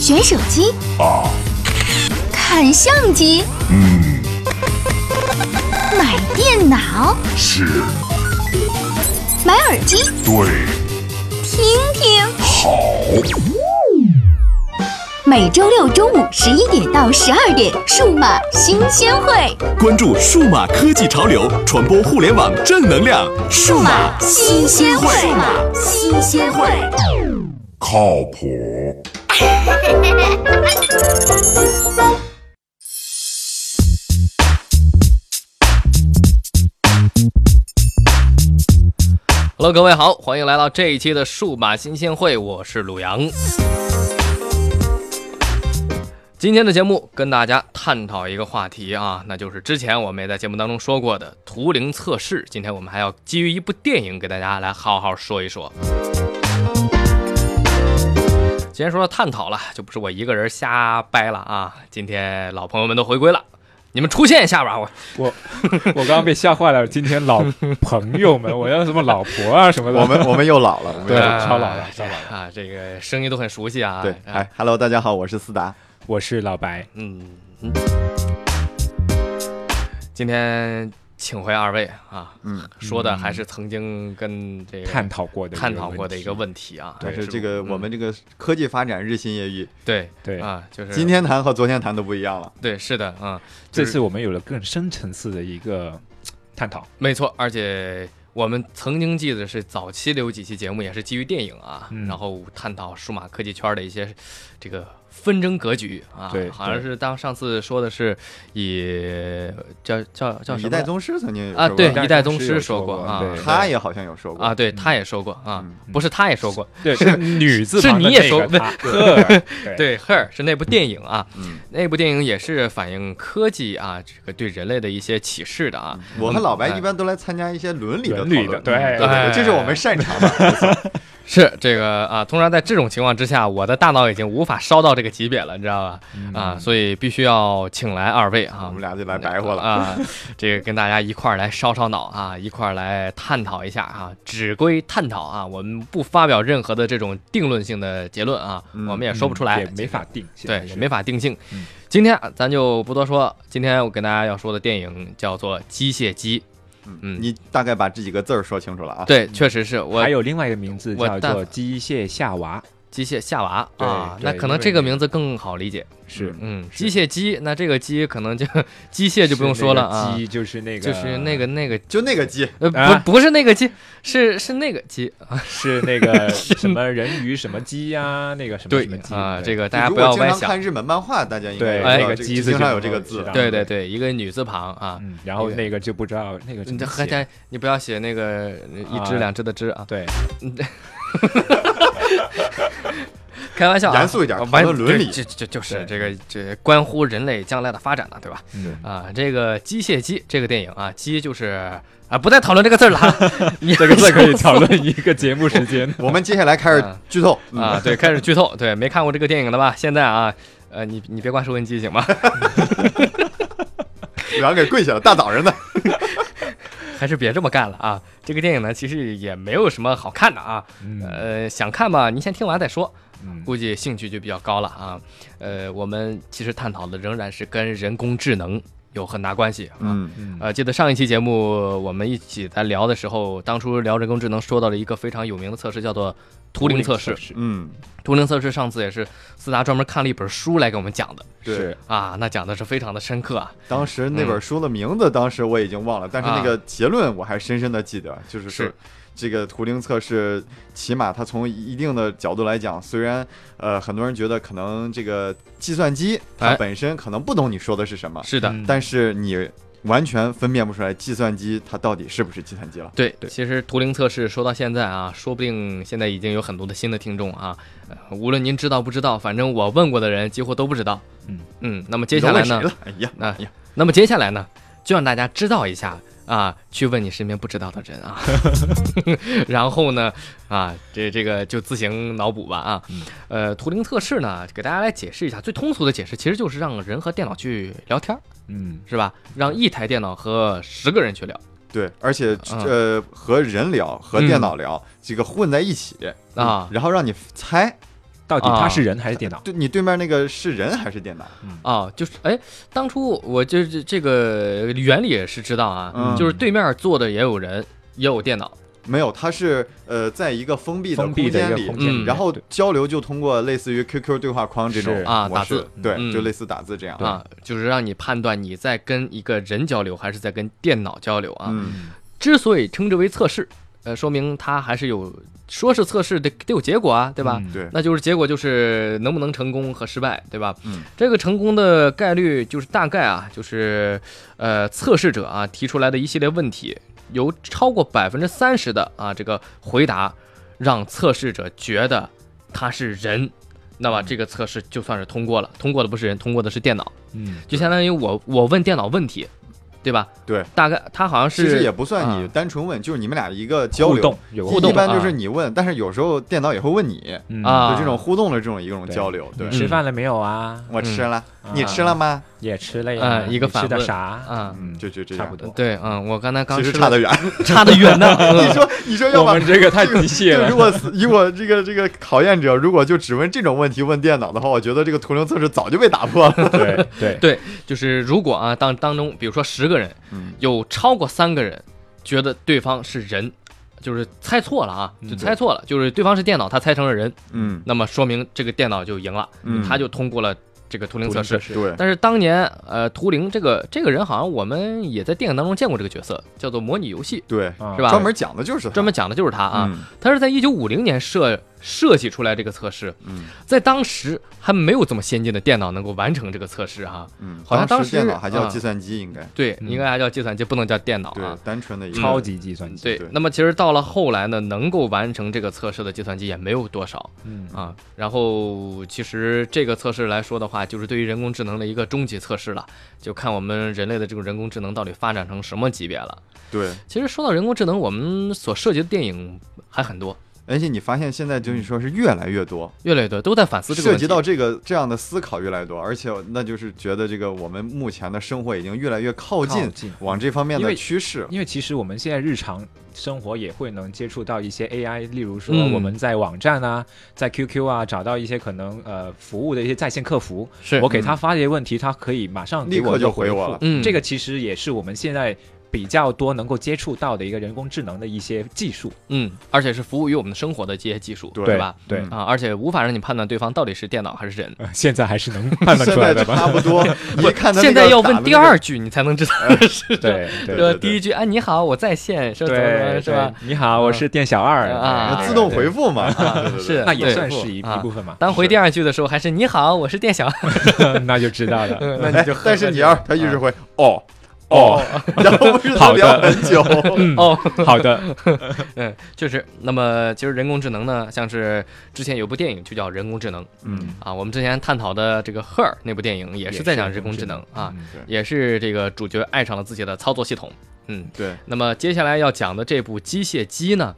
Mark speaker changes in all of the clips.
Speaker 1: 选手机
Speaker 2: 啊，
Speaker 1: 看相机，
Speaker 2: 嗯，
Speaker 1: 买电脑，
Speaker 2: 是
Speaker 1: 买耳机，
Speaker 2: 对，
Speaker 1: 听听。
Speaker 2: 好，
Speaker 1: 每周六中午十一点到十二点，数码新鲜会，
Speaker 3: 关注数码科技潮流，传播互联网正能量。数码
Speaker 1: 新鲜会，数码新鲜会。
Speaker 2: 靠谱，
Speaker 4: Hello，各位好，欢迎来到这一期的数码新鲜会，我是鲁阳。今天的节目跟大家探讨一个话题啊，那就是之前我们也在节目当中说过的图灵测试。今天我们还要基于一部电影给大家来好好说一说。既然说到探讨了，就不是我一个人瞎掰了啊。今天老朋友们都回归了，你们出现一下吧，我
Speaker 5: 我刚刚被吓坏了。今天老朋 友们，我要什么老婆啊什么的。
Speaker 6: 我们我们又老了，我们又
Speaker 5: 对
Speaker 6: 老了
Speaker 5: 超老了超老了
Speaker 4: 啊，这个声音都很熟悉啊。
Speaker 6: 对，
Speaker 4: 啊
Speaker 6: 哎，Hello，大家好，我是思达，
Speaker 5: 我是老白，
Speaker 4: 嗯，嗯今天请回二位啊，
Speaker 6: 嗯，
Speaker 4: 说的还是曾经跟这个
Speaker 5: 探讨过的
Speaker 4: 探讨过的一个
Speaker 5: 题。
Speaker 4: 问题啊，
Speaker 6: 但是
Speaker 4: 不
Speaker 6: 这个我们
Speaker 4: 嗯
Speaker 6: 这个科技发展日新月异，
Speaker 4: 对
Speaker 5: 对
Speaker 4: 啊，就是
Speaker 6: 今天谈和昨天谈都不一样了。
Speaker 4: 对是的啊，
Speaker 5: 这
Speaker 4: 就是
Speaker 5: 次我们有了更深层次的一个探讨。
Speaker 4: 没错，而且。我们曾经记得是早期的有几期节目也是基于电影啊，
Speaker 5: 嗯
Speaker 4: 然后探讨数码科技圈的一些这个纷争格局啊，
Speaker 5: 对
Speaker 4: 好像
Speaker 5: 对
Speaker 4: 是当上次说的是以叫叫叫什
Speaker 6: 一
Speaker 4: 么
Speaker 6: 代
Speaker 4: 来
Speaker 6: 宗师曾经有
Speaker 4: 啊
Speaker 6: 说
Speaker 4: 对
Speaker 6: 过
Speaker 4: 一代宗师
Speaker 5: 有
Speaker 4: 说过啊
Speaker 5: 对
Speaker 6: 他也好像有说过
Speaker 4: 啊，，对，他也说过啊，
Speaker 6: 嗯
Speaker 4: 不是他也说过，
Speaker 5: 对是女字
Speaker 4: 是
Speaker 5: 旁的
Speaker 4: 你也
Speaker 5: 那
Speaker 4: 说
Speaker 5: 个
Speaker 4: 对
Speaker 5: 她 呵，对
Speaker 4: 对，Her 是那部电影啊，
Speaker 6: 嗯，
Speaker 4: 那部电影也是反映科技啊，这个对人类的一些启示的啊。
Speaker 6: 我和老白
Speaker 4: 嗯
Speaker 6: 一般都来参加一些伦理的讨
Speaker 5: 伦理的
Speaker 6: 论，
Speaker 5: 对
Speaker 6: 对
Speaker 4: 哎
Speaker 6: 对，这是我们擅 长的。
Speaker 4: 是这个啊，通常在这种情况之下，我的大脑已经无法烧到这个级别了，你知道吧？啊，所以必须要请来二位啊，
Speaker 6: 嗯我们俩就来白活了
Speaker 4: 啊，这个跟大家一块儿来烧烧脑啊，一块儿来探讨一下啊，只归探讨啊，我们不发表任何的这种定论性的结论啊，
Speaker 6: 嗯
Speaker 4: 我们也说不出来，
Speaker 5: 也没法定，现在
Speaker 4: 对，也
Speaker 5: 是嗯
Speaker 4: 没法定性。今天啊咱就不多说，今天我跟大家要说的电影叫做《机械姬》。嗯
Speaker 6: 你大概把这几个字儿说清楚了啊？，
Speaker 4: 对，确实是我
Speaker 5: 嗯还有另外一个名字
Speaker 4: 我
Speaker 5: 叫
Speaker 4: 但
Speaker 5: 做机械夏娃，
Speaker 4: 机械夏娃
Speaker 5: 对
Speaker 4: 啊，
Speaker 5: 对
Speaker 4: 那可能
Speaker 5: 因为
Speaker 4: 这个名字更好理解。
Speaker 5: 是
Speaker 4: 嗯，
Speaker 5: 是
Speaker 4: 机械姬，那这个姬可能就 机械就不用说了啊，
Speaker 5: 鸡就是那个嗯
Speaker 4: 就是那个那个
Speaker 6: 就那个鸡，
Speaker 4: 呃
Speaker 5: 啊
Speaker 4: 不不是那个姬，是是那个姬啊。
Speaker 5: 是 那个什么人鱼什么鸡呀，那个什么什么鸡
Speaker 4: 啊，这
Speaker 5: 个
Speaker 4: 个大家
Speaker 6: 如
Speaker 4: 不
Speaker 6: 果
Speaker 4: 要
Speaker 6: 经
Speaker 4: 歪
Speaker 6: 常
Speaker 4: 想。哎
Speaker 6: 看日本漫画，大家应该
Speaker 5: 对
Speaker 6: 知道
Speaker 4: 那
Speaker 5: 个
Speaker 6: 这
Speaker 5: 鸡字
Speaker 6: 经
Speaker 5: 就
Speaker 6: 常有
Speaker 5: 能
Speaker 6: 这个
Speaker 5: 够
Speaker 6: 字
Speaker 5: 知道
Speaker 6: 啊。
Speaker 4: 对对对，一个女字旁啊，
Speaker 5: 嗯，然后那个就不知道那个怎
Speaker 4: 你这
Speaker 5: 么
Speaker 4: 还
Speaker 5: 写
Speaker 4: 家你不要写那个呃一只
Speaker 5: 啊
Speaker 4: 两只的只啊，
Speaker 5: 对
Speaker 4: 开玩笑、啊，
Speaker 6: 严肃一点
Speaker 4: 啊
Speaker 6: 讨论
Speaker 4: 完
Speaker 6: 伦理
Speaker 4: 这这这就是这
Speaker 5: 对
Speaker 4: 个这关乎人类将来的发展了，对吧？
Speaker 5: 嗯
Speaker 4: 啊，这个《机械姬》这个电影啊，姬就是啊，不再讨论这个字儿了啊，你
Speaker 5: 这个字可以讨论一个节目时间
Speaker 6: 我们接下来开始
Speaker 4: 嗯
Speaker 6: 剧透 嗯
Speaker 4: 啊，对，开始剧透，对，没看过这个电影的吧？现在啊，呃，你你别关收音机行吗？
Speaker 6: 然后给跪下了，大早上
Speaker 4: 嗯
Speaker 6: 的。
Speaker 4: 还是别这么干了啊！这个电影呢，其实也没有什么好看的啊，
Speaker 5: 嗯
Speaker 4: 呃，想看吧，您先听完再说，
Speaker 5: 嗯
Speaker 4: 估计兴趣就比较高了啊。呃，我们其实探讨的仍然是跟人工智能有很大关系啊。
Speaker 6: 嗯，
Speaker 5: 嗯
Speaker 4: 呃，记得上一期节目我们一起在聊的时候，当初聊人工智能说到了一个非常有名的测试，叫做 图灵测试。
Speaker 6: 嗯，
Speaker 4: 图灵测试上次也是斯达专门看了一本书来给我们讲的
Speaker 6: 对
Speaker 5: 是
Speaker 4: 啊，那讲的是非常的深刻啊。
Speaker 6: 当时那本书的名字，当时我已经忘了，但是那个结论我还深深的记得，就是说
Speaker 4: 是
Speaker 6: 这个图灵测试，起码它从一定的角度来讲，虽然呃很多人觉得可能这个计算机它
Speaker 4: 哎
Speaker 6: 本身可能不懂你说的是什么，
Speaker 4: 是的，
Speaker 5: 嗯
Speaker 6: 但是你完全分辨不出来计算机它到底是不是计算机了。
Speaker 4: 对，其实图灵测试说到现在啊，说不定现在已经有很多的新的听众啊，呃无论您知道不知道，反正我问过的人几乎都不知道。
Speaker 5: 嗯
Speaker 4: 嗯，那么接下来
Speaker 6: 你都
Speaker 4: 呢
Speaker 6: 问？谁了？哎呀，
Speaker 4: 那、那么接下来呢，就让大家知道一下啊，去问你身边不知道的人 啊，然后呢，啊，这这个就自行脑补吧啊。
Speaker 6: 嗯
Speaker 4: 呃，图灵测试呢，给大家来解释一下，最通俗的解释其实就是让人和电脑去聊天儿，
Speaker 5: 嗯
Speaker 4: 是吧？让一台电脑和十个人去聊。
Speaker 6: 对，而且
Speaker 4: 嗯
Speaker 6: 呃和人聊和
Speaker 4: 嗯
Speaker 6: 电脑聊，这个混在一起
Speaker 4: 啊
Speaker 6: 然后让你猜
Speaker 5: 到底他是人还是电脑？
Speaker 6: 对你对面那个是人还是电脑？
Speaker 4: 哦，就是哎，当初我就是这个原理也是知道啊，
Speaker 6: 嗯
Speaker 4: 就是对面坐的也有人，也有电脑，
Speaker 6: 没有，它是呃，在一个封闭的
Speaker 5: 封
Speaker 6: 空
Speaker 5: 闭的一
Speaker 6: 间
Speaker 5: 个
Speaker 6: 里，
Speaker 5: 空
Speaker 4: 间里
Speaker 6: 嗯然后
Speaker 5: 对
Speaker 6: 交流就通过类似于 QQ 对话框这种
Speaker 5: 是
Speaker 4: 啊
Speaker 6: 模式
Speaker 4: 打字
Speaker 6: 对，
Speaker 4: 嗯
Speaker 6: 就类似打字这样。嗯
Speaker 4: 啊，就是让你判断你在跟一个人交流还是在跟电脑交流啊。
Speaker 6: 嗯，
Speaker 4: 之所以称之为测试，呃，说明它还是有说是测试得得有结果啊，对吧？
Speaker 5: 嗯
Speaker 6: 对，
Speaker 4: 那就是结果就是能不能成功和失败，对吧？
Speaker 6: 嗯，
Speaker 4: 这个成功的概率就是大概啊，就是呃测试者啊提出来的一系列问题，由超过百分之三十的啊这个回答，让测试者觉得他是人，那
Speaker 6: 嗯
Speaker 4: 么这个测试就算是通过了。通过的不是人，通过的是电脑，
Speaker 5: 嗯，
Speaker 4: 就相当于我我问电脑问题，对吧？
Speaker 6: 对，
Speaker 4: 大概他好像
Speaker 6: 其实
Speaker 4: 是
Speaker 6: 也不算你单纯问，就是你们俩一个交
Speaker 5: 啊互
Speaker 6: 流
Speaker 5: 动。有
Speaker 4: 互动
Speaker 6: 一般就是
Speaker 4: 啊
Speaker 6: 你问，但是有时候电脑也会问你，
Speaker 5: 嗯
Speaker 4: 啊
Speaker 6: 就这种互动的这种一种交流。对
Speaker 4: 嗯
Speaker 5: 你，吃饭了没有啊？
Speaker 6: 我吃了，
Speaker 5: 嗯
Speaker 6: 你吃了吗？
Speaker 5: 也吃了呀，
Speaker 4: 嗯一个
Speaker 5: 你吃
Speaker 4: 反
Speaker 5: 的
Speaker 4: 问
Speaker 5: 啥？
Speaker 4: 啊。
Speaker 6: 嗯，就就这
Speaker 5: 差
Speaker 6: 样
Speaker 5: 不。多。
Speaker 4: 对，嗯，我刚才刚
Speaker 6: 其实
Speaker 4: 吃
Speaker 6: 差
Speaker 4: 了
Speaker 6: 得远。
Speaker 4: 差得远呢。嗯
Speaker 6: 你 说，你说要
Speaker 5: 我
Speaker 6: 把
Speaker 5: 们这个太机
Speaker 6: 这
Speaker 5: 械
Speaker 6: 个如
Speaker 5: 了，
Speaker 6: 果是以我这个这个考验者，如果就只问这种问题问电脑的话，我觉得这个图灵测试早就被打破 了。
Speaker 5: 对对
Speaker 4: 对，就是如果啊当当中，比如说十个人，
Speaker 6: 嗯
Speaker 4: 有超过三个人觉得对方是人，就是猜错了啊，就猜错了，就是对方是电脑，他猜成了人，
Speaker 6: 嗯，
Speaker 4: 那么说明这个电脑就赢了，
Speaker 6: 嗯
Speaker 4: 他就通过了这个图灵测试。
Speaker 5: 是
Speaker 6: 对，
Speaker 4: 但是当年，呃，图灵这个这个人好像我们也在电影当中见过这个角色，叫做模拟游戏，
Speaker 6: 对，
Speaker 5: 啊
Speaker 4: 是吧
Speaker 6: 专门讲的就是它
Speaker 4: 专门讲的就是他啊。
Speaker 6: 嗯
Speaker 4: 他是在一九五零年设设计出来这个测试，
Speaker 6: 嗯
Speaker 4: 在当时还没有这么先进的电脑能够完成这个测试哈、
Speaker 6: 嗯，
Speaker 4: 好像当
Speaker 6: 时
Speaker 4: 时
Speaker 6: 电脑还叫
Speaker 4: 啊
Speaker 6: 计算机，应该
Speaker 4: 对，
Speaker 5: 嗯
Speaker 4: 应该还叫计算机，不能叫电脑
Speaker 6: 对
Speaker 4: 啊。，
Speaker 6: 单纯的一个
Speaker 5: 超级计算机，
Speaker 4: 对
Speaker 6: 对，
Speaker 4: 那么其实到了后来呢，能够完成这个测试的计算机也没有多少
Speaker 5: 嗯
Speaker 4: 啊。然后其实这个测试来说的话，就是对于人工智能的一个终极测试了，就看我们人类的这种人工智能到底发展成什么级别了。
Speaker 6: 对，
Speaker 4: 其实说到人工智能，我们所涉及的电影还很多，
Speaker 6: 而且你发现现在就是说是越来越多，
Speaker 4: 越来越多都在反思这个
Speaker 6: 涉
Speaker 4: 问
Speaker 6: 及
Speaker 4: 题。
Speaker 6: 到这个这样的思考越来越多，而且那就是觉得这个我们目前的生活已经越来越靠
Speaker 5: 靠
Speaker 6: 近
Speaker 5: 近
Speaker 6: 往这方面
Speaker 5: 因
Speaker 6: 的
Speaker 5: 为
Speaker 6: 趋势。
Speaker 5: 因为其实我们现在日常生活也会能接触到一些 AI，例如说
Speaker 4: 嗯
Speaker 5: 我们在网站啊，在 QQ 啊找到一些可能呃服务的一些在线客服，
Speaker 4: 是
Speaker 5: 我给他发一些问题，他可以马上给
Speaker 6: 立刻
Speaker 5: 我
Speaker 6: 就
Speaker 5: 就
Speaker 6: 回我
Speaker 5: 复
Speaker 6: 了
Speaker 4: 嗯
Speaker 5: 这个其实也是我们现在比较多能够接触到的一个人工智能的一些技术，
Speaker 4: 嗯，而且是服务于我们的生活的这些技术，
Speaker 6: 对
Speaker 4: 对吧？
Speaker 5: 对，
Speaker 6: 嗯
Speaker 4: 啊，而且无法让你判断对方到底是电脑还是人。
Speaker 5: 呃现在还是能判断
Speaker 6: 现
Speaker 5: 出
Speaker 6: 在
Speaker 5: 来的
Speaker 6: 差
Speaker 5: 吧？
Speaker 6: 不 多，一看他那个
Speaker 4: 现在要
Speaker 6: 打
Speaker 4: 问
Speaker 6: 的那
Speaker 4: 第
Speaker 6: 个
Speaker 4: 二句，你才能知道是
Speaker 5: 对
Speaker 6: 对
Speaker 5: 对
Speaker 4: 呃，第一句，哎，你好，我在线，说怎么怎么
Speaker 5: 对
Speaker 4: 是吧？？
Speaker 5: 你好，我是店小二
Speaker 4: 嗯啊
Speaker 5: 对
Speaker 6: 自动回
Speaker 5: 对
Speaker 6: 复嘛，对对对
Speaker 4: 是
Speaker 5: 那也
Speaker 4: 对
Speaker 5: 算是一
Speaker 4: 啊
Speaker 5: 一部分 嘛，
Speaker 4: 当回第二句的时候，还是你好，我是店小二。
Speaker 5: 那就知道了。
Speaker 4: 那
Speaker 6: 哎但是你要是他一直会哦
Speaker 5: 嗯哦，
Speaker 6: 然后不是他
Speaker 5: 好的嗯
Speaker 6: 聊 很久，
Speaker 4: 哦，
Speaker 5: 好的，
Speaker 4: 嗯，就是。那么，其实人工智能呢，像是之前有部电影就叫《人工智能》
Speaker 6: 嗯，
Speaker 4: 啊，我们之前探讨的这个《赫尔》那部电影也是在讲
Speaker 5: 也是
Speaker 4: 人工智能啊，
Speaker 5: 嗯
Speaker 6: 对
Speaker 4: 也是这个主角爱上了自己的操作系统。嗯，
Speaker 6: 对，
Speaker 4: 那么接下来要讲的这部《机械姬》呢，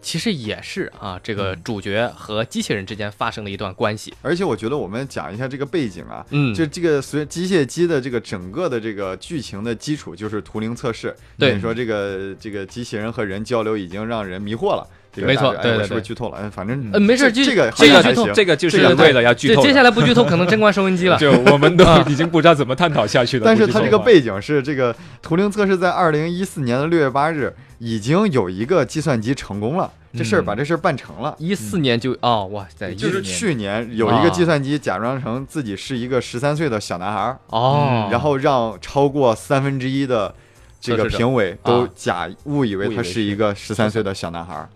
Speaker 4: 其实也是啊，这
Speaker 6: 嗯
Speaker 4: 个主角和机器人之间发生的一段关系。
Speaker 6: 而且我觉得我们讲一下这个背景啊，
Speaker 4: 嗯
Speaker 6: 就这个随机械机的这个整个的这个剧情的基础就是图灵测试，
Speaker 4: 对
Speaker 6: 你说这个这个机器人和人交流已经让人迷惑了，这个
Speaker 4: 没错
Speaker 6: 大致哎
Speaker 4: 对对
Speaker 6: 我是不是
Speaker 4: 对
Speaker 6: 剧透了？哎反正
Speaker 4: 嗯，没事，
Speaker 6: 这
Speaker 4: 就
Speaker 6: 这个好
Speaker 4: 这
Speaker 6: 像
Speaker 4: 个
Speaker 6: 还
Speaker 4: 剧
Speaker 6: 行
Speaker 4: 透，
Speaker 5: 这个就
Speaker 4: 这
Speaker 5: 是
Speaker 4: 个对
Speaker 5: 为了要剧
Speaker 4: 这
Speaker 5: 透的，
Speaker 4: 接下来不剧透，可能真关收音机了。
Speaker 5: 就我们都
Speaker 4: 啊
Speaker 5: 已经不知道怎么探讨下去了。
Speaker 6: 但是
Speaker 5: 不
Speaker 6: 它
Speaker 5: 知
Speaker 6: 这个
Speaker 5: 道
Speaker 6: 背景是这个图灵测试在二零一四年的六月八日已经有一个计算机成功了，这事儿
Speaker 5: 嗯
Speaker 6: 把这事儿办成了。
Speaker 4: 一四年就啊哦，哇塞，
Speaker 6: 嗯就
Speaker 4: 一
Speaker 6: 是
Speaker 5: 年
Speaker 6: 去年有一个计算机假装成自己是一个十三岁的小男孩儿，
Speaker 4: 哦，
Speaker 6: 嗯然后让超过三分之一的这个
Speaker 4: 测试者
Speaker 6: 评委都
Speaker 4: 啊
Speaker 6: 假误以为
Speaker 5: 误以
Speaker 6: 他
Speaker 5: 为
Speaker 6: 是
Speaker 5: 是
Speaker 6: 一个十三岁的小男孩儿，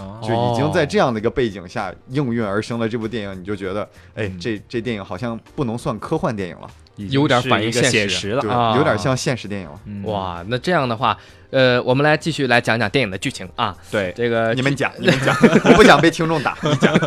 Speaker 5: 哦
Speaker 6: 就已经在这
Speaker 4: 样，
Speaker 6: 样的一个背景下应运而生了这部电影，你就觉得，哎，这这电影好像不能算科幻电影了，
Speaker 5: 已经
Speaker 4: 有点
Speaker 5: 是
Speaker 4: 反映
Speaker 5: 一个
Speaker 4: 现
Speaker 5: 写
Speaker 4: 实
Speaker 5: 实了。
Speaker 6: 对，
Speaker 4: 啊
Speaker 6: 有点像现实电影了。
Speaker 5: 嗯，
Speaker 4: 哇，那这样的话，呃，我们来继续来讲讲电影的剧情啊。
Speaker 5: 对，
Speaker 4: 这个
Speaker 6: 你们讲，你们讲，我不想被听众打，你讲。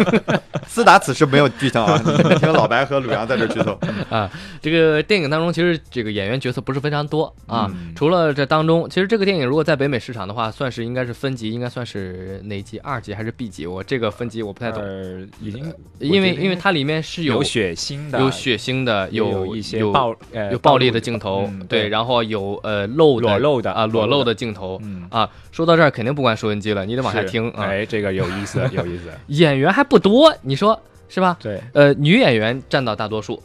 Speaker 6: 斯达此时没有剧透啊，你们听老白和鲁阳在这剧透。
Speaker 4: 啊，这个电影当中其实这个演员角色不是非常多啊，
Speaker 5: 嗯
Speaker 4: 除了这当中，其实这个电影如果在北美市场的话，算是应该是分级，应该算是哪级？二级还是 B 级？我这个分级我不太懂，
Speaker 5: 呃，已经
Speaker 4: 因为
Speaker 5: 我觉得
Speaker 4: 因为它里面是
Speaker 5: 有
Speaker 4: 有
Speaker 5: 血腥的，
Speaker 4: 有血腥的，
Speaker 5: 也有
Speaker 4: 有
Speaker 5: 一些
Speaker 4: 有
Speaker 5: 暴呃
Speaker 4: 有暴力
Speaker 5: 露
Speaker 4: 的镜头，
Speaker 5: 嗯
Speaker 4: 对，
Speaker 5: 对，后
Speaker 4: 然后有呃露的
Speaker 5: 裸露的
Speaker 4: 啊裸露
Speaker 5: 的，
Speaker 4: 的镜头、
Speaker 5: 嗯，
Speaker 4: 啊。说到这儿肯定不关收音机了，你得往下
Speaker 5: 是哎
Speaker 4: 听啊。
Speaker 5: 哎，这个有意思，有意思，
Speaker 4: 演员还不多，你说是吧？
Speaker 5: 对，
Speaker 4: 呃，女演员占到大多数，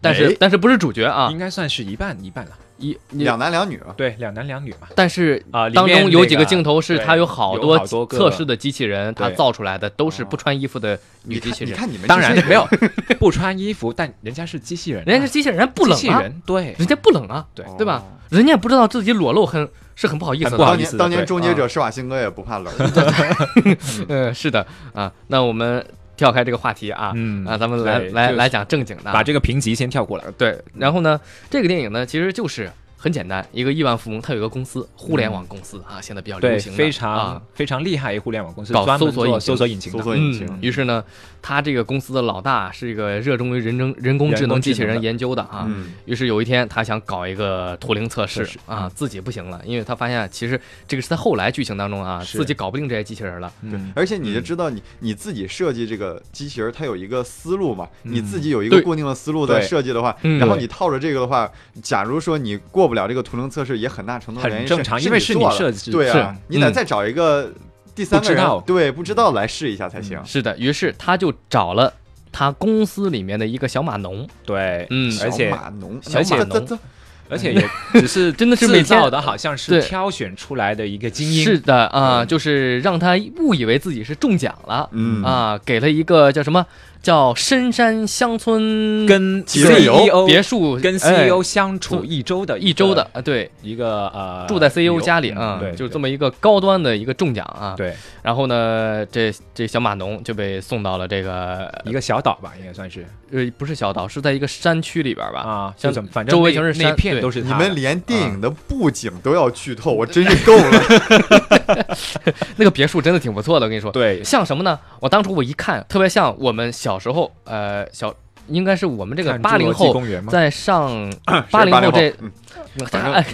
Speaker 4: 但是
Speaker 5: 哎
Speaker 4: 但是不是主角啊
Speaker 5: 应？该算是一半一半了。
Speaker 4: 一你
Speaker 6: 两男两女啊，
Speaker 5: 对，两男两女嘛。
Speaker 4: 但是
Speaker 5: 啊里
Speaker 4: 当
Speaker 5: 面
Speaker 4: 中有
Speaker 5: 那
Speaker 4: 几
Speaker 5: 个
Speaker 4: 镜头是
Speaker 5: 对
Speaker 4: 它有好
Speaker 5: 有
Speaker 4: 多
Speaker 5: 好多个
Speaker 4: 测试的机器人，它
Speaker 5: 对
Speaker 4: 造出来的都是
Speaker 6: 哦
Speaker 4: 不穿衣服的
Speaker 6: 你
Speaker 4: 女机
Speaker 6: 看
Speaker 4: 器
Speaker 6: 你
Speaker 4: 人。
Speaker 6: 看你们
Speaker 5: 当然
Speaker 6: 这些
Speaker 5: 没有不穿衣服，但人家是机器人啊，
Speaker 4: 人家是机器人，人家不冷
Speaker 5: 机器
Speaker 4: 啊，
Speaker 5: 人，对，
Speaker 4: 人家不冷啊，
Speaker 5: 对
Speaker 6: 哦
Speaker 4: 对吧？人家也不知道自己裸露很是很不好意思
Speaker 5: 很
Speaker 4: 的。
Speaker 5: 不好
Speaker 6: 当
Speaker 5: 意
Speaker 6: 年
Speaker 5: 思的
Speaker 6: 当年
Speaker 5: 对
Speaker 6: 终结者施瓦辛格也不怕冷，
Speaker 4: 嗯，是的啊。那我们跳开这个话题啊，
Speaker 5: 嗯
Speaker 4: 啊，咱们来
Speaker 5: 对
Speaker 4: 来
Speaker 5: 就是
Speaker 4: 来讲正经的啊。
Speaker 5: 把这个评级先跳过了。
Speaker 4: 对，然后呢，这个电影呢，其实就是很简单，一个亿万富翁，他有一个公司，互联网公司啊，现在比较流
Speaker 5: 对，
Speaker 4: 行的，
Speaker 5: 非常、
Speaker 4: 啊。
Speaker 5: 非常厉害一互联网公司，
Speaker 4: 搞
Speaker 5: 专门
Speaker 4: 搜索
Speaker 5: 做
Speaker 4: 引擎
Speaker 5: 搜索引擎的，
Speaker 6: 搜索引擎
Speaker 4: 嗯，于是呢，他这个公司的老大是一个热衷于人工人工
Speaker 5: 人
Speaker 4: 智能
Speaker 5: 工
Speaker 4: 机
Speaker 5: 智
Speaker 4: 器
Speaker 5: 能
Speaker 4: 人
Speaker 5: 的
Speaker 4: 研究的啊。
Speaker 6: 嗯，
Speaker 4: 于是有一天，他想搞一个图灵测试
Speaker 5: 测试
Speaker 4: 啊，自己不行了，因为他发现其实这个是在后来剧情当中啊，
Speaker 5: 是
Speaker 4: 自己搞不定这些机器人了。
Speaker 5: 嗯，
Speaker 6: 而且你就知道你你自己设计这个机器人，它有一个思路嘛，你自己有一个
Speaker 4: 对
Speaker 6: 固定的思路在
Speaker 5: 嗯对
Speaker 6: 设计的话，
Speaker 4: 嗯
Speaker 6: 然后你套着这个的话，假如说你过不了这个图灵测试，也很大程度的原
Speaker 5: 很
Speaker 6: 因
Speaker 5: 正常，
Speaker 6: 是
Speaker 5: 因为是
Speaker 6: 你
Speaker 5: 你
Speaker 6: 做了
Speaker 5: 设计，
Speaker 6: 对啊
Speaker 4: 是，
Speaker 6: 你得
Speaker 4: 嗯
Speaker 6: 再找一个第三个
Speaker 5: 不知道嗯
Speaker 6: 人，对，不知道来试一下才行。
Speaker 4: 是的，于是他就找了他公司里面的一个小码农，
Speaker 5: 对，
Speaker 4: 嗯，
Speaker 5: 而且
Speaker 6: 小码农，
Speaker 5: 小
Speaker 6: 小马
Speaker 4: 农
Speaker 6: 这这
Speaker 5: 而且 也只是
Speaker 4: 真的是每
Speaker 5: 制
Speaker 4: 天
Speaker 5: 造的，好像是
Speaker 4: 对
Speaker 5: 挑选出来的一个精英，
Speaker 4: 是的啊、就是让他误以为自己是中奖了。
Speaker 6: 嗯
Speaker 4: 啊，给了一个叫什么叫深山乡村
Speaker 5: 跟
Speaker 6: 几日游
Speaker 5: CEO
Speaker 4: 别墅
Speaker 5: 跟
Speaker 4: 哎
Speaker 5: CEO 相处一周的
Speaker 4: 一周的啊，对，
Speaker 5: 一个呃，
Speaker 4: 住在 CEO 家里
Speaker 5: 嗯
Speaker 4: 啊，
Speaker 5: 对，
Speaker 4: 就是
Speaker 5: 对
Speaker 4: 这么一个高端的一个中奖啊。，
Speaker 5: 对
Speaker 4: 然后呢，这这小码农就被送到了这个
Speaker 5: 一个小岛吧，应该算是
Speaker 4: 呃，不是小岛，是在一个山区里边吧？
Speaker 5: 啊，就
Speaker 4: 像
Speaker 5: 怎么反正
Speaker 4: 周围
Speaker 5: 那
Speaker 4: 全是
Speaker 5: 那
Speaker 4: 山
Speaker 5: 一片
Speaker 4: 对
Speaker 5: 都是
Speaker 6: 你
Speaker 5: 他
Speaker 6: 们
Speaker 5: 的
Speaker 6: 连电影的布景都要剧透，我真是够了。
Speaker 4: 那个别墅真的挺不错的，我跟你说。
Speaker 5: 对
Speaker 4: 像什么呢？我当初我一看，特别像我们小时候，呃，小应该是我们这个
Speaker 5: 看
Speaker 4: 八
Speaker 5: 侏
Speaker 4: 零
Speaker 5: 罗纪
Speaker 4: 后
Speaker 5: 公园吗？
Speaker 4: 在 上八零后这，
Speaker 5: 嗯
Speaker 6: 反正
Speaker 4: 哎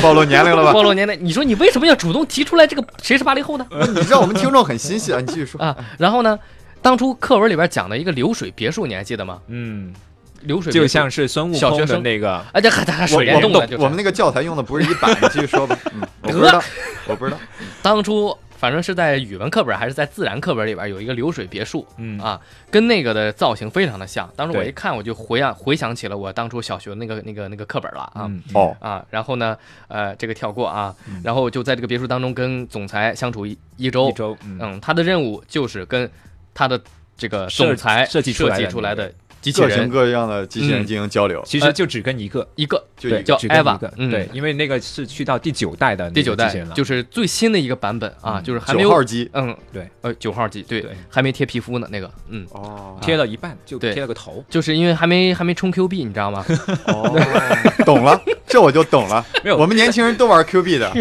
Speaker 6: 暴露年龄了吧？
Speaker 4: 暴露年代，你说你为什么要主动提出来这个谁是八零后呢？
Speaker 6: 你让我们听众很欣喜啊！你继续说，
Speaker 4: 啊，然后呢，当初课文里边讲的一个流水别墅，你还记得吗？
Speaker 5: 嗯，
Speaker 4: 流水别墅
Speaker 5: 就像是孙悟
Speaker 4: 小学
Speaker 5: 空的
Speaker 4: 生
Speaker 5: 那个
Speaker 4: 哎，这还还还
Speaker 6: 我
Speaker 4: 水帘
Speaker 6: 我
Speaker 4: 洞
Speaker 6: 们
Speaker 4: 的，就是
Speaker 6: 我们那个教材用的不是一版，你继续说吧。嗯，我不 知道，我不知道。
Speaker 4: 当初反正是在语文课本还是在自然课本里边有一个流水别墅，
Speaker 5: 嗯
Speaker 4: 啊，跟那个的造型非常的像。当时我
Speaker 5: 对
Speaker 4: 一看，我就回想回想起了我当初小学那个那个那个课本了啊。
Speaker 5: 嗯
Speaker 6: 哦，
Speaker 4: 啊，然后呢，呃，这个跳过啊，然后就在这个别墅当中跟总裁相处一一周，
Speaker 5: 一周嗯
Speaker 4: 嗯，他的任务就是跟他的这个总
Speaker 5: 设
Speaker 4: 裁
Speaker 5: 设计出
Speaker 4: 设
Speaker 5: 来的
Speaker 4: 计
Speaker 5: 那
Speaker 4: 出来
Speaker 5: 个
Speaker 4: 的机器
Speaker 6: 各型
Speaker 4: 人
Speaker 6: 各样的机器人
Speaker 4: 嗯
Speaker 6: 进行交流，
Speaker 5: 其实就只跟一个，
Speaker 4: 一个，
Speaker 6: 就
Speaker 5: 对
Speaker 6: 一个
Speaker 4: 叫
Speaker 5: 只跟一
Speaker 4: Eva，
Speaker 5: 个
Speaker 4: 嗯
Speaker 5: 对，因为那个是去到第九代的那个
Speaker 4: 第九
Speaker 5: 机器
Speaker 4: 代
Speaker 5: 人了，
Speaker 4: 就是最新的一个版本啊，
Speaker 5: 嗯
Speaker 4: 就是还没
Speaker 6: 九
Speaker 4: 有
Speaker 6: 号机。
Speaker 4: 嗯
Speaker 5: 对
Speaker 4: 呃九号机对
Speaker 5: 对
Speaker 4: 还没贴皮肤呢那个嗯。
Speaker 6: 哦，
Speaker 5: 贴了一半，就
Speaker 4: 对，
Speaker 5: 贴了个头
Speaker 4: 就是因为还没还没充 Q 币，你知道 吗？
Speaker 6: 哦，懂了，这我就懂 了。
Speaker 5: 没有
Speaker 6: 我们年轻人都玩 Q 币的，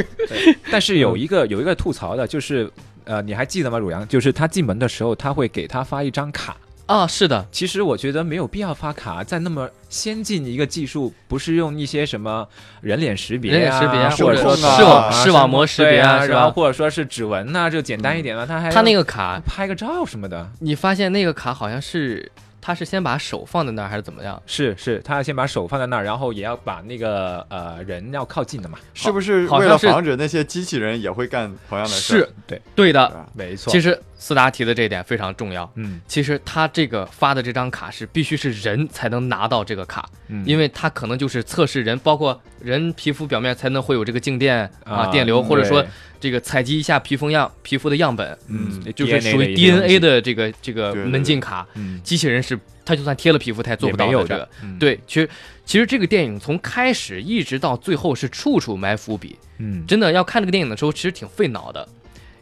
Speaker 5: 但是
Speaker 4: 嗯
Speaker 5: 有一个有一个吐槽的，就是呃，你还记得吗？汝阳，就是他进门的时候，他会给他发一张卡。
Speaker 4: 啊，是的，
Speaker 5: 其实我觉得没有必要发卡，在那么先进一个技术，不是用一些什么人脸识别、啊、
Speaker 4: 人脸识别啊
Speaker 5: 或
Speaker 4: 或
Speaker 5: 者
Speaker 4: 者
Speaker 6: 说
Speaker 5: 是
Speaker 6: 啊
Speaker 4: 视网
Speaker 6: 啊
Speaker 4: 视网膜识
Speaker 5: 对
Speaker 4: 别
Speaker 5: 啊，
Speaker 4: 是
Speaker 5: 然后
Speaker 4: 吧？嗯
Speaker 5: 或者说是指纹呐、就简单一点了。他还
Speaker 4: 他那
Speaker 5: 个
Speaker 4: 个卡，
Speaker 5: 拍个照什么的，
Speaker 4: 你发现那个卡好像是他是先把手放在那儿还是怎么样？
Speaker 5: 是是，他要先把手放在那儿，然后也要把那个呃人要靠近的嘛。
Speaker 6: 是不是
Speaker 4: 好
Speaker 6: 为了
Speaker 4: 像是
Speaker 6: 防止那些机器人也会干同样的事？
Speaker 4: 是，
Speaker 5: 对
Speaker 4: 对
Speaker 6: 对
Speaker 4: 的
Speaker 6: 吧。
Speaker 5: 没错，
Speaker 4: 其实斯达提的这一点非常重要。
Speaker 5: 嗯
Speaker 4: 其实他这个发的这张卡是必须是人才能拿到这个卡，
Speaker 5: 嗯，
Speaker 4: 因为他可能就是测试人，包括人皮肤表面才能会有这个静电啊、
Speaker 5: 啊
Speaker 4: 电流，或者说
Speaker 5: 对
Speaker 4: 这个采集一下皮肤样皮肤的样本，
Speaker 6: 嗯，
Speaker 4: 就是属于
Speaker 5: DNA
Speaker 4: DNA
Speaker 5: 的一个东西，
Speaker 4: 的这个这个
Speaker 6: 对对
Speaker 4: 门禁卡。
Speaker 5: 嗯，
Speaker 4: 机器人是他就算贴了皮肤，他也做不到
Speaker 5: 也没有
Speaker 4: 这个
Speaker 5: 的。嗯
Speaker 4: 对，其实其实这个电影从开始一直到最后是处处埋伏笔，
Speaker 5: 嗯，
Speaker 4: 真的要看这个电影的时候，其实挺费脑的，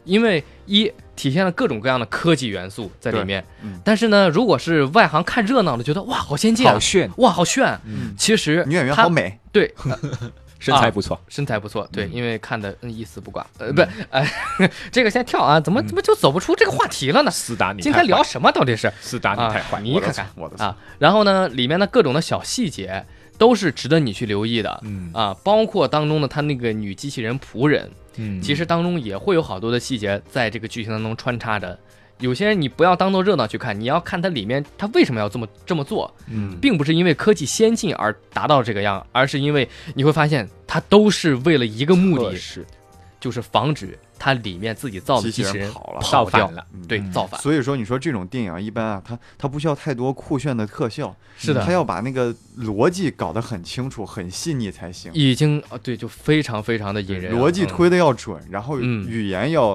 Speaker 4: 因为一体现了各种各样的科技元素在里面。
Speaker 6: 对嗯
Speaker 4: 但是呢，如果是外行看热闹的，觉得哇好先进、啊
Speaker 5: 好，炫，
Speaker 4: 哇好炫。
Speaker 5: 嗯，
Speaker 4: 其实
Speaker 6: 女演员
Speaker 4: 她
Speaker 6: 好美，
Speaker 4: 对，呃
Speaker 5: 身
Speaker 4: 啊
Speaker 5: 材不错，
Speaker 4: 身材不错，对，因为看的一丝不挂，呃，
Speaker 5: 嗯
Speaker 4: 不，哎， 这个先跳啊，怎么怎么就走不出这个话题了呢？
Speaker 5: 斯达你
Speaker 4: 今
Speaker 5: 太
Speaker 4: 天聊
Speaker 5: 坏，
Speaker 4: 什么到底是？
Speaker 5: 斯达啊你太坏，
Speaker 4: 你
Speaker 6: 我的
Speaker 4: 看
Speaker 6: 错
Speaker 4: 看
Speaker 6: 我的错
Speaker 4: 啊，然后呢，里面的各种的小细节都是值得你去留意的。
Speaker 5: 嗯
Speaker 4: 啊，包括当中的他那个女机器人仆人，
Speaker 5: 嗯，
Speaker 4: 其实当中也会有好多的细节在这个剧情当中穿插着。有些人你不要当做热闹去看，你要看它里面它为什么要这么这么做，
Speaker 5: 嗯
Speaker 4: 并不是因为科技先进而达到这个样，而是因为你会发现它都是为了一个目的，
Speaker 5: 是
Speaker 4: 就是防止它里面自己造的
Speaker 6: 机器
Speaker 4: 机器
Speaker 6: 人
Speaker 4: 人
Speaker 6: 跑了
Speaker 5: 造
Speaker 4: 跑
Speaker 5: 反
Speaker 4: 掉
Speaker 5: 了
Speaker 6: 嗯
Speaker 4: 对，
Speaker 5: 嗯
Speaker 4: 造反。
Speaker 6: 所以说，你说这种电影一般啊，它它不需要太多酷炫的特效，嗯
Speaker 4: 是的
Speaker 6: 它要把那个逻辑搞得很清楚、很细腻才行，
Speaker 4: 已经啊，对，就非常非常的引人啊。
Speaker 6: 逻辑
Speaker 4: 嗯
Speaker 6: 推的要准，然后
Speaker 4: 嗯
Speaker 6: 语言要、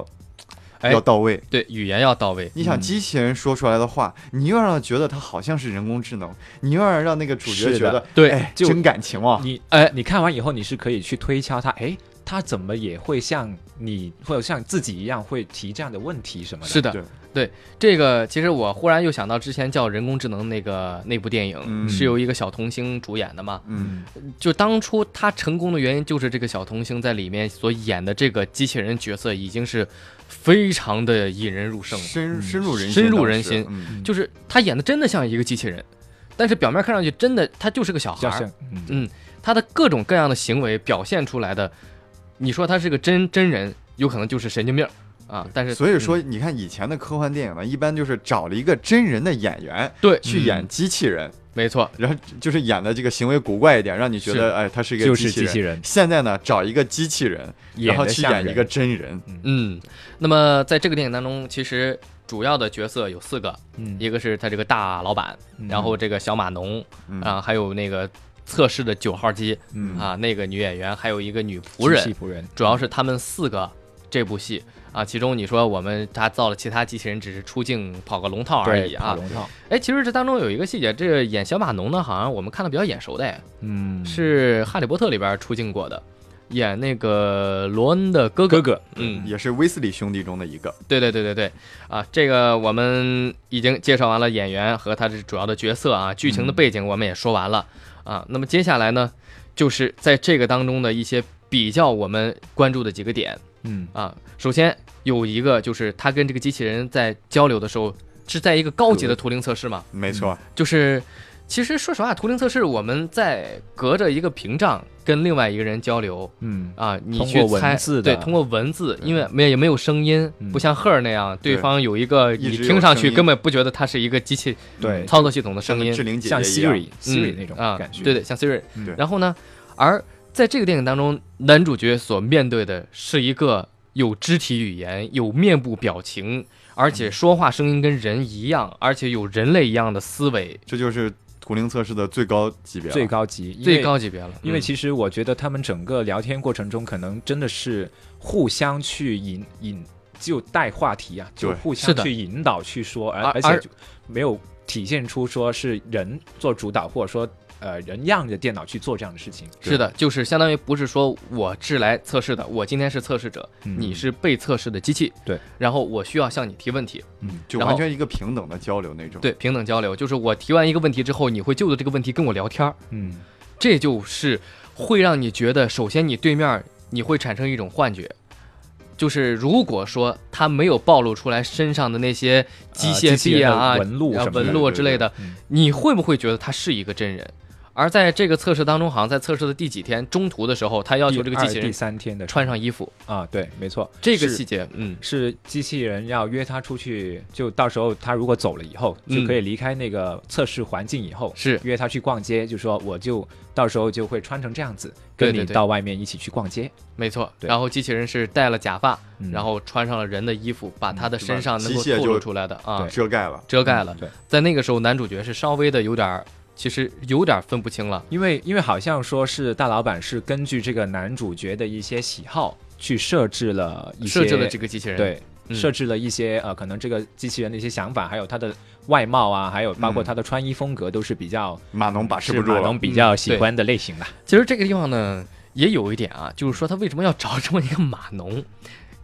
Speaker 4: 哎
Speaker 6: 要到位。
Speaker 4: 对语言要到位，
Speaker 6: 你想机器人说出来的话，你又让他觉得它好像是人工智能，你又让让那个主角
Speaker 5: 是
Speaker 6: 觉
Speaker 5: 的
Speaker 6: 得，
Speaker 4: 对
Speaker 6: 哎，
Speaker 5: 就
Speaker 6: 真感情啊！
Speaker 5: 你呃
Speaker 4: 哎
Speaker 5: 你看完以后，你是可以去推敲他，哎，他怎么也会像你或者像自己一样会提这样的问题什么的？
Speaker 4: 是的，
Speaker 6: 对
Speaker 4: 这个其实我忽然又想到之前叫《人工智能》那个那部电影，
Speaker 6: 嗯
Speaker 4: 是由一个小童星主演的嘛。
Speaker 6: 嗯，
Speaker 4: 就当初他成功的原因，就是这个小童星在里面所演的这个机器人角色，已经是非常的引人入嗯胜了。
Speaker 6: 深深入人心，
Speaker 4: 深入人
Speaker 6: 当时
Speaker 4: 心
Speaker 6: 嗯，
Speaker 4: 就是他演的真的像一个机器人，但是表面看上去真的他就是个小
Speaker 5: 比
Speaker 4: 孩
Speaker 5: 较
Speaker 4: 儿
Speaker 5: 像，，嗯，
Speaker 4: 嗯，他的各种各样的行为表现出来的，你说他是个真真人，有可能就是神经病儿啊。但是
Speaker 6: 所以说，
Speaker 4: 嗯
Speaker 6: 你看以前的科幻电影呢，一般就是找了一个真人的演员
Speaker 4: 对，
Speaker 5: 嗯
Speaker 6: 去演机器人，
Speaker 4: 没错，
Speaker 6: 然后就是演的这个行为古怪一点，让你觉得哎，他是一个
Speaker 5: 就是
Speaker 6: 器
Speaker 5: 机器人
Speaker 6: 现在呢，找一个机器人，然后
Speaker 5: 得
Speaker 6: 去
Speaker 5: 像
Speaker 6: 演一
Speaker 5: 人
Speaker 6: 个真人，
Speaker 4: 嗯，那么在这个电影当中，其实主要的角色有四个，
Speaker 5: 嗯
Speaker 4: 一个是他这个大老板，然后这个小码农
Speaker 6: 嗯
Speaker 4: 啊，还有那个测试的九号机
Speaker 5: 嗯
Speaker 4: 啊，那个女演员，还有一个女仆人
Speaker 5: 机，器仆人，
Speaker 4: 主要是他们四个这部戏啊，其中你说我们他造了其他机器人，只是出镜跑个龙套而
Speaker 5: 对
Speaker 4: 已啊
Speaker 5: 跑。龙套，
Speaker 4: 哎，其实这当中有一个细节，这个演小码农呢，好像我们看的比较眼熟的，哎
Speaker 5: 嗯，
Speaker 4: 是《哈利波特》里边出镜过的，演那个罗恩的哥哥。
Speaker 5: 哥哥，
Speaker 4: 嗯，
Speaker 6: 也是威斯利兄弟中的一个。
Speaker 4: 对对对对对，啊，这个我们已经介绍完了演员和他的主要的角色啊，剧
Speaker 5: 嗯
Speaker 4: 情的背景我们也说完了、啊。那么接下来呢，就是在这个当中的一些比较我们关注的几个点
Speaker 5: 嗯，
Speaker 4: 啊。首先有一个就是他跟这个机器人在交流的时候，是在一个高级的图灵测试嘛，
Speaker 6: 没错，
Speaker 4: 嗯就是其实说实话，图灵测试我们在隔着一个屏障跟另外一个人交流，
Speaker 5: 嗯，
Speaker 4: 啊，你
Speaker 5: 通
Speaker 4: 去
Speaker 5: 过文
Speaker 4: 猜
Speaker 5: 字
Speaker 4: 对，
Speaker 5: 的
Speaker 4: 通过文字，因为没也没有声音，不
Speaker 5: 嗯
Speaker 4: 像 Her 那样，对
Speaker 6: 对
Speaker 4: 方有一个
Speaker 6: 一
Speaker 4: 你
Speaker 6: 直
Speaker 4: 听
Speaker 6: 有
Speaker 4: 上
Speaker 6: 声
Speaker 4: 去
Speaker 6: 音
Speaker 4: 根本不觉得它是一个机器
Speaker 5: 对，
Speaker 4: 操作系统的
Speaker 6: 像
Speaker 4: 声音，
Speaker 6: 志玲姐
Speaker 5: 像
Speaker 6: 姐一样
Speaker 5: Siri
Speaker 4: 嗯
Speaker 5: Siri 那种
Speaker 4: 啊
Speaker 5: 感觉，
Speaker 4: 对对，像 Siri
Speaker 6: 对。
Speaker 4: 然后呢，而在这个电影当中，男主角所面对的是一个有肢体语言、有面部表情，而
Speaker 5: 嗯
Speaker 4: 且说话声音跟人一样，而且有人类一样的思维，
Speaker 6: 这就是图灵测试的最高级别了，
Speaker 5: 最高级，因
Speaker 4: 啊最
Speaker 5: 为
Speaker 4: 高级别了。
Speaker 5: 因为
Speaker 4: 嗯
Speaker 5: 其实我觉得他们整个聊天过程中，可能真的是互相去引引，就带话题啊，就
Speaker 6: 对
Speaker 5: 互
Speaker 4: 是
Speaker 5: 相
Speaker 4: 的
Speaker 5: 去引导去说，
Speaker 4: 而
Speaker 5: 而而
Speaker 4: 啊而
Speaker 5: 且就没有体现出说是人做主导，或者说呃人让着电脑去做这样的事情。
Speaker 4: 嗯是的，就是相当于不是说我是来测试的，我今天是测试者，
Speaker 5: 嗯
Speaker 4: 你是被测试的机器，
Speaker 5: 对，
Speaker 4: 然后我需要向你提问题，
Speaker 6: 就
Speaker 4: 然后
Speaker 6: 完全一个平等的交流那种。
Speaker 4: 对，平等交流，就是我提完一个问题之后，你会就着这个问题跟我聊天儿，
Speaker 5: 嗯，
Speaker 4: 这就是会让你觉得，首先你对面你会产生一种幻觉。就是如果说他没有暴露出来身上的那些机
Speaker 5: 呃
Speaker 4: 械
Speaker 5: 机器
Speaker 4: 臂
Speaker 5: 人
Speaker 4: 啊、
Speaker 5: 的
Speaker 4: 啊
Speaker 5: 纹路
Speaker 4: 啊
Speaker 5: 什么的
Speaker 4: 纹路啊之类的
Speaker 5: 对对对嗯，
Speaker 4: 你会不会觉得他是一个真人？而在这个测试当中，好像在测试的第几天中途的时候，他要求这个机
Speaker 5: 第二
Speaker 4: 器
Speaker 5: 第
Speaker 4: 人
Speaker 5: 三天的
Speaker 4: 穿上衣服，
Speaker 5: 啊，对，没错，
Speaker 4: 这个
Speaker 5: 是
Speaker 4: 细节，嗯，
Speaker 5: 是机器人要约他出去，就到时候他如果走了以后，
Speaker 4: 嗯
Speaker 5: 就可以离开那个测试环境以后，
Speaker 4: 是
Speaker 5: 约他去逛街，就说我就到时候就会穿成这样子，
Speaker 4: 对
Speaker 5: 跟
Speaker 4: 对
Speaker 5: 你
Speaker 4: 对
Speaker 5: 到外面一起去逛街。
Speaker 4: 没错。
Speaker 5: 对
Speaker 4: 然后机器人是戴了假发，
Speaker 5: 嗯
Speaker 4: 然后穿上了人的衣服，把他的
Speaker 6: 对吧
Speaker 4: 身上能够
Speaker 6: 机械
Speaker 4: 透露
Speaker 6: 就
Speaker 4: 出来的啊
Speaker 5: 对
Speaker 6: 遮盖了。
Speaker 4: 遮盖了
Speaker 5: 嗯。对，
Speaker 4: 在那个时候，男主角是稍微的有点儿，其实有点儿分不清了。
Speaker 5: 因为因为好像说是大老板是根据这个男主角的一些喜好去设置了一些
Speaker 4: 设置了这个机器人，，
Speaker 5: 对。
Speaker 4: 嗯
Speaker 5: 设置了一些呃，可能这个机器人的一些想法，还有他的外貌啊，还有包括
Speaker 6: 嗯
Speaker 5: 他的穿衣风格，都是比较
Speaker 6: 码农把持不住
Speaker 5: 马
Speaker 6: 了，
Speaker 5: 龙比较
Speaker 4: 嗯
Speaker 5: 喜
Speaker 4: 对
Speaker 5: 欢的类型吧。
Speaker 4: 其实这个地方呢，也有一点啊，就是说他为什么要找这么一个码农，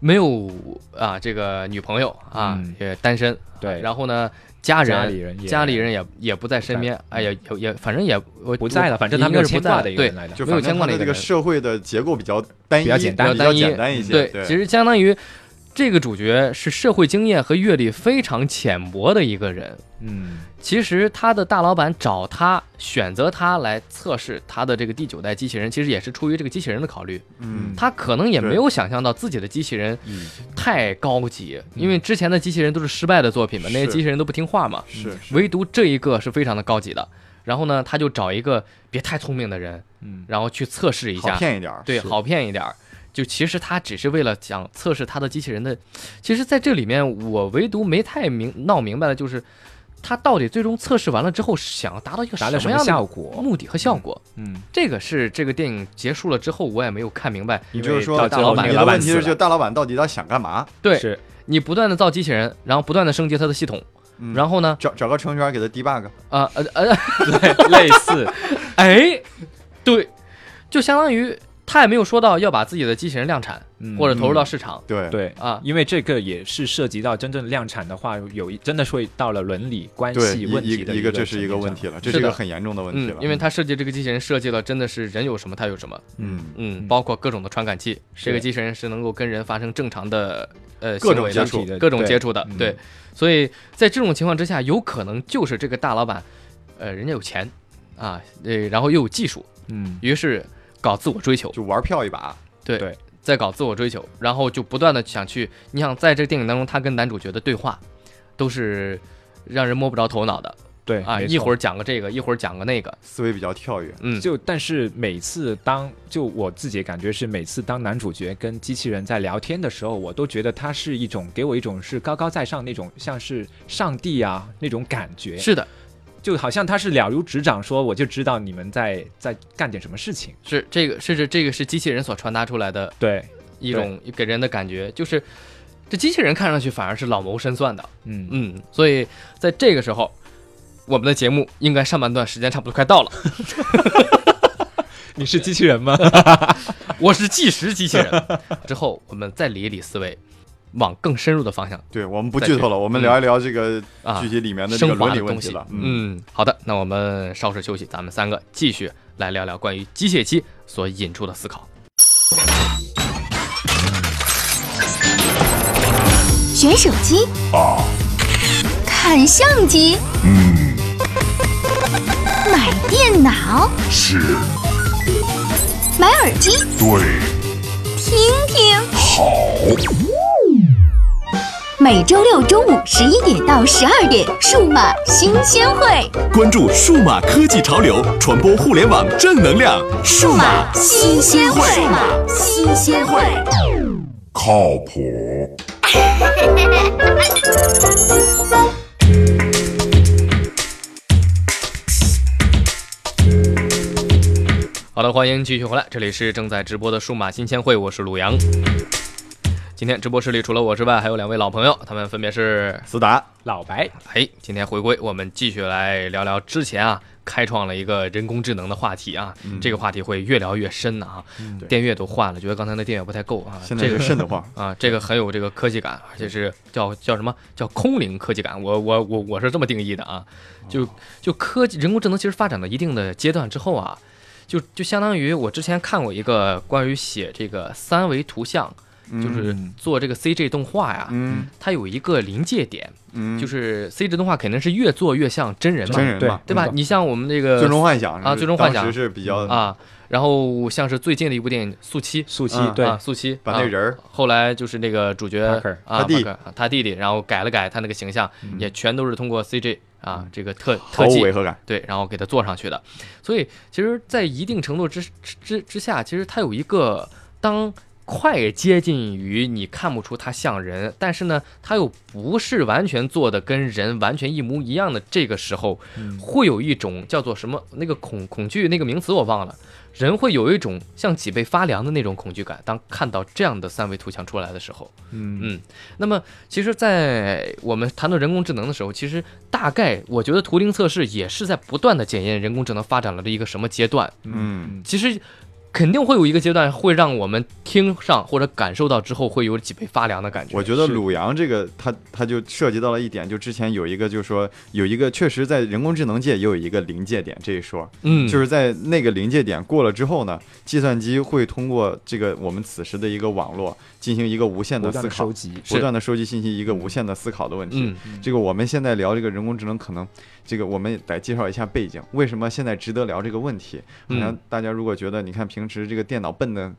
Speaker 4: 没有啊这个女朋友啊
Speaker 5: 嗯，
Speaker 4: 也单身，
Speaker 5: 对
Speaker 4: 然后呢，家
Speaker 5: 家
Speaker 4: 人
Speaker 5: 里。人也
Speaker 4: 家里人也也不在身边，哎呀，也也反正也我
Speaker 5: 不在了，反正
Speaker 4: 也
Speaker 5: 他
Speaker 4: 应
Speaker 5: 没有
Speaker 4: 该是不
Speaker 5: 牵
Speaker 4: 在
Speaker 5: 挂
Speaker 4: 了
Speaker 5: 的一个
Speaker 4: 对
Speaker 5: 人来的。
Speaker 6: 就
Speaker 4: 没有
Speaker 6: 反正
Speaker 4: 牵挂
Speaker 6: 它
Speaker 4: 的一个
Speaker 6: 的这个
Speaker 4: 人
Speaker 6: 社会的结构比较单一，
Speaker 5: 比较简单
Speaker 6: 比
Speaker 4: 单
Speaker 6: 较
Speaker 4: 一
Speaker 6: 简单一些。
Speaker 4: 对，其
Speaker 6: 对，
Speaker 4: 实相当于这个主角是社会经验和阅历非常浅薄的一个人。
Speaker 5: 嗯，
Speaker 4: 其实他的大老板找他，选择他来测试他的这个第九代机器人，其实也是出于这个机器人的考虑。
Speaker 6: 嗯，
Speaker 4: 他可能也
Speaker 6: 对
Speaker 4: 没有想象到自己的机器人太高级，因为之前的机器人都是失败的作品嘛，那些
Speaker 6: 是
Speaker 4: 机器人都不听话嘛，
Speaker 6: 是
Speaker 4: 唯独这一个是非常的高级的。然后呢，他就找一个别太聪明的人，
Speaker 5: 嗯
Speaker 4: 然后去测试一
Speaker 6: 好
Speaker 4: 下，
Speaker 6: 骗一点儿。
Speaker 4: 对，好骗一点儿。就其实他只是为了想测试他的机器人的。其实，在这里面，我唯独没太明闹明白的就是，他到底最终测试完了之后，想要达到一个
Speaker 5: 达到
Speaker 4: 什么
Speaker 5: 么
Speaker 4: 样
Speaker 5: 效
Speaker 4: 的
Speaker 5: 果？
Speaker 4: 目的和效果？
Speaker 5: 嗯，
Speaker 4: 这个是这个电影结束了之后，我也没有看明白。
Speaker 6: 你
Speaker 5: 因
Speaker 6: 就是
Speaker 5: 为
Speaker 6: 说
Speaker 5: 到
Speaker 4: 大
Speaker 5: 最
Speaker 4: 老
Speaker 5: 后
Speaker 4: 板
Speaker 5: 那
Speaker 6: 你
Speaker 5: 个
Speaker 6: 的
Speaker 5: 老
Speaker 6: 问
Speaker 5: 板
Speaker 6: 题
Speaker 5: 死
Speaker 6: 是，
Speaker 5: 了
Speaker 6: 就大老板到底他想干嘛？
Speaker 4: 对
Speaker 5: 是
Speaker 4: 你不断的造机器人，然后不断的升级它的系统，
Speaker 6: 嗯
Speaker 4: 然后呢，
Speaker 6: 找找个程序员给他 debug，
Speaker 4: 啊呃 呃，
Speaker 5: 类似，
Speaker 4: 哎，对，就相当于他也没有说到要把自己的机器人量产
Speaker 5: 嗯
Speaker 4: 或者投入到市场
Speaker 6: 对
Speaker 5: 对
Speaker 4: 啊
Speaker 5: 因为这个也是涉及到真正量产的话，有一真的会到了伦理关
Speaker 6: 对，
Speaker 5: 系
Speaker 6: 一
Speaker 5: 问题
Speaker 6: 一
Speaker 5: 的
Speaker 6: 一
Speaker 5: 个
Speaker 6: 这是一个
Speaker 5: 层面
Speaker 6: 问
Speaker 5: 上嗯
Speaker 6: 题了，这
Speaker 4: 是
Speaker 6: 是一个
Speaker 4: 的
Speaker 6: 很严重的问题
Speaker 4: 嗯
Speaker 6: 了，，
Speaker 4: 因为他设计这个机器人设计了真的是人有什么他有什么，
Speaker 6: 嗯
Speaker 4: 嗯，
Speaker 5: 嗯
Speaker 4: 包括各种的传感器，
Speaker 5: 是
Speaker 4: 这个机器人是能够跟人发生正常的呃
Speaker 6: 各
Speaker 4: 行
Speaker 6: 种
Speaker 4: 为
Speaker 6: 接
Speaker 4: 的
Speaker 6: 触
Speaker 5: 的
Speaker 4: 各种
Speaker 5: 对
Speaker 4: 接触的，
Speaker 5: 嗯
Speaker 4: 对，所以在这种情况之下，有可能就是这个大老板，呃，人家有钱啊，呃，然后又有技术，
Speaker 5: 嗯，
Speaker 4: 于是搞自我追求，
Speaker 6: 就玩票一把，
Speaker 4: 在搞自我追求，然后就不断的想去，你想在这个电影当中，他跟男主角的对话，都是让人摸不着头脑的
Speaker 5: 对
Speaker 4: 啊，
Speaker 5: 没
Speaker 4: 一
Speaker 5: 错
Speaker 4: 会儿讲个这个，一会儿讲个那个，
Speaker 6: 思维比较跳跃，
Speaker 4: 嗯，
Speaker 5: 就但是每次当就我自己感觉是每次当男主角跟机器人在聊天的时候，我都觉得他是一种给我一种是高高在上那种像是上帝啊那种感觉，
Speaker 4: 是的，
Speaker 5: 就好像他是了如指掌，说我就知道你们在在干点什么事情。
Speaker 4: 是这个，是这这个是机器人所传达出来的
Speaker 5: 对，
Speaker 4: 一种给人的感觉，就是这机器人看上去反而是老谋深算的，
Speaker 5: 嗯，
Speaker 4: 嗯，所以在这个时候，我们的节目应该上半段时间差不多快到了，
Speaker 5: 你是机器人 吗？
Speaker 4: 我是计时机器人， 之后我们再理一理思维，往更深入的方向
Speaker 6: 对我们不
Speaker 4: 再
Speaker 6: 剧
Speaker 4: 去
Speaker 6: 透了，我们
Speaker 4: 嗯
Speaker 6: 聊一聊这个
Speaker 4: 啊
Speaker 6: 具体里面的这个
Speaker 4: 升华
Speaker 6: 伦
Speaker 4: 的
Speaker 6: 理问
Speaker 4: 东
Speaker 6: 题
Speaker 4: 西
Speaker 6: 了，
Speaker 4: 嗯，好的，那我们稍事休息，咱们三个继续来聊聊关于机械姬所引出的思考。
Speaker 1: 选手机
Speaker 2: 啊
Speaker 1: 看相机，
Speaker 2: 嗯
Speaker 1: 买电脑，
Speaker 2: 是
Speaker 1: 买耳机，
Speaker 2: 对
Speaker 1: 听听。
Speaker 2: 好
Speaker 1: 每周六中午十一点到十二点，数码新鲜会，
Speaker 3: 关注数码科技潮流，传播互联网正能量。数码
Speaker 1: 新鲜会，数码新鲜会。
Speaker 2: 靠谱
Speaker 4: 好的，欢迎继续回来，这里是正在直播的数码新鲜会，我是鲁阳。今天直播室里除了我之外，还有两位老朋友，他们分别是，
Speaker 6: 斯达，
Speaker 5: 老白，
Speaker 4: 哎，今天回归，我们继续来聊聊之前啊开创了一个人工智能的话题啊，这个话题会越聊越深的啊，
Speaker 6: 嗯对
Speaker 4: 电乐都换了，觉得刚才那电乐不太够啊，
Speaker 6: 现在
Speaker 4: 这
Speaker 6: 是
Speaker 4: 个
Speaker 6: 瘆得慌，
Speaker 4: 啊，这个很有这个科技感，而且是叫叫什么叫空灵科技感，我我我我是这么定义的啊，
Speaker 6: 哦
Speaker 4: 就就科技人工智能其实发展到一定的阶段之后啊，就就相当于我之前看过一个关于写这个三维图像，就是做这个 CG 动画呀，
Speaker 6: 嗯
Speaker 4: 它有一个临界点，
Speaker 6: 嗯，
Speaker 4: 就是 CG 动画肯定是越做越像真人嘛，
Speaker 6: 真人嘛，
Speaker 4: 对吧？
Speaker 5: 嗯
Speaker 4: 你像我们这个
Speaker 6: 最终幻想
Speaker 4: 啊
Speaker 6: 是
Speaker 4: 最终幻想
Speaker 6: 当时是比较
Speaker 4: 啊，然后像是最近的一部电影《速七》。
Speaker 5: 速七
Speaker 6: 嗯
Speaker 5: 对
Speaker 4: 啊，速七
Speaker 6: 把那
Speaker 4: 啊
Speaker 6: 人儿
Speaker 4: 后来就是那个主角
Speaker 5: Parker，
Speaker 4: 啊，
Speaker 6: 他弟嗯
Speaker 4: Parker，啊他弟弟，然后改了改他那个形象，也全都是通过 CG 啊这个特
Speaker 6: 毫
Speaker 4: 特
Speaker 6: 无
Speaker 4: 技
Speaker 6: 违和感，
Speaker 4: 对，然后给他做上去的。所以其实，在一定程度之之之之下，其实它有一个当快接近于你看不出它像人，但是呢，它又不是完全做的跟人完全一模一样的这个时候，会有一种叫做什么那个恐恐惧那个名词我忘了。人会有一种像脊背发凉的那种恐惧感，当看到这样的三维图像出来的时候，
Speaker 5: 嗯
Speaker 4: 嗯，那么其实，在我们谈到人工智能的时候，其实大概我觉得图灵测试也是在不断的检验人工智能发展了的一个什么阶段。
Speaker 6: 嗯，
Speaker 4: 其实肯定会有一个阶段会让我们听上或者感受到之后会有脊背发凉的感觉。
Speaker 6: 我觉得
Speaker 5: 是
Speaker 6: 鲁阳这个他他就涉及到了一点，就之前有一个就是说有一个确实在人工智能界也有一个临界点这一说，
Speaker 4: 嗯，
Speaker 6: 就是在那个临界点过了之后呢，计算机会通过这个我们此时的一个网络进行一个无限
Speaker 5: 不
Speaker 6: 的
Speaker 5: 断
Speaker 6: 思
Speaker 5: 的
Speaker 6: 考
Speaker 5: 收，集，
Speaker 6: 不断的收集信息，一个无限的思考的问题。
Speaker 4: 嗯
Speaker 6: 这个我们现在聊这个人工智能，可能这个我们得介绍一下背景，为什么现在值得聊这个问题？好像
Speaker 4: 嗯
Speaker 6: 大家如果觉得，你看平时这个电脑笨的。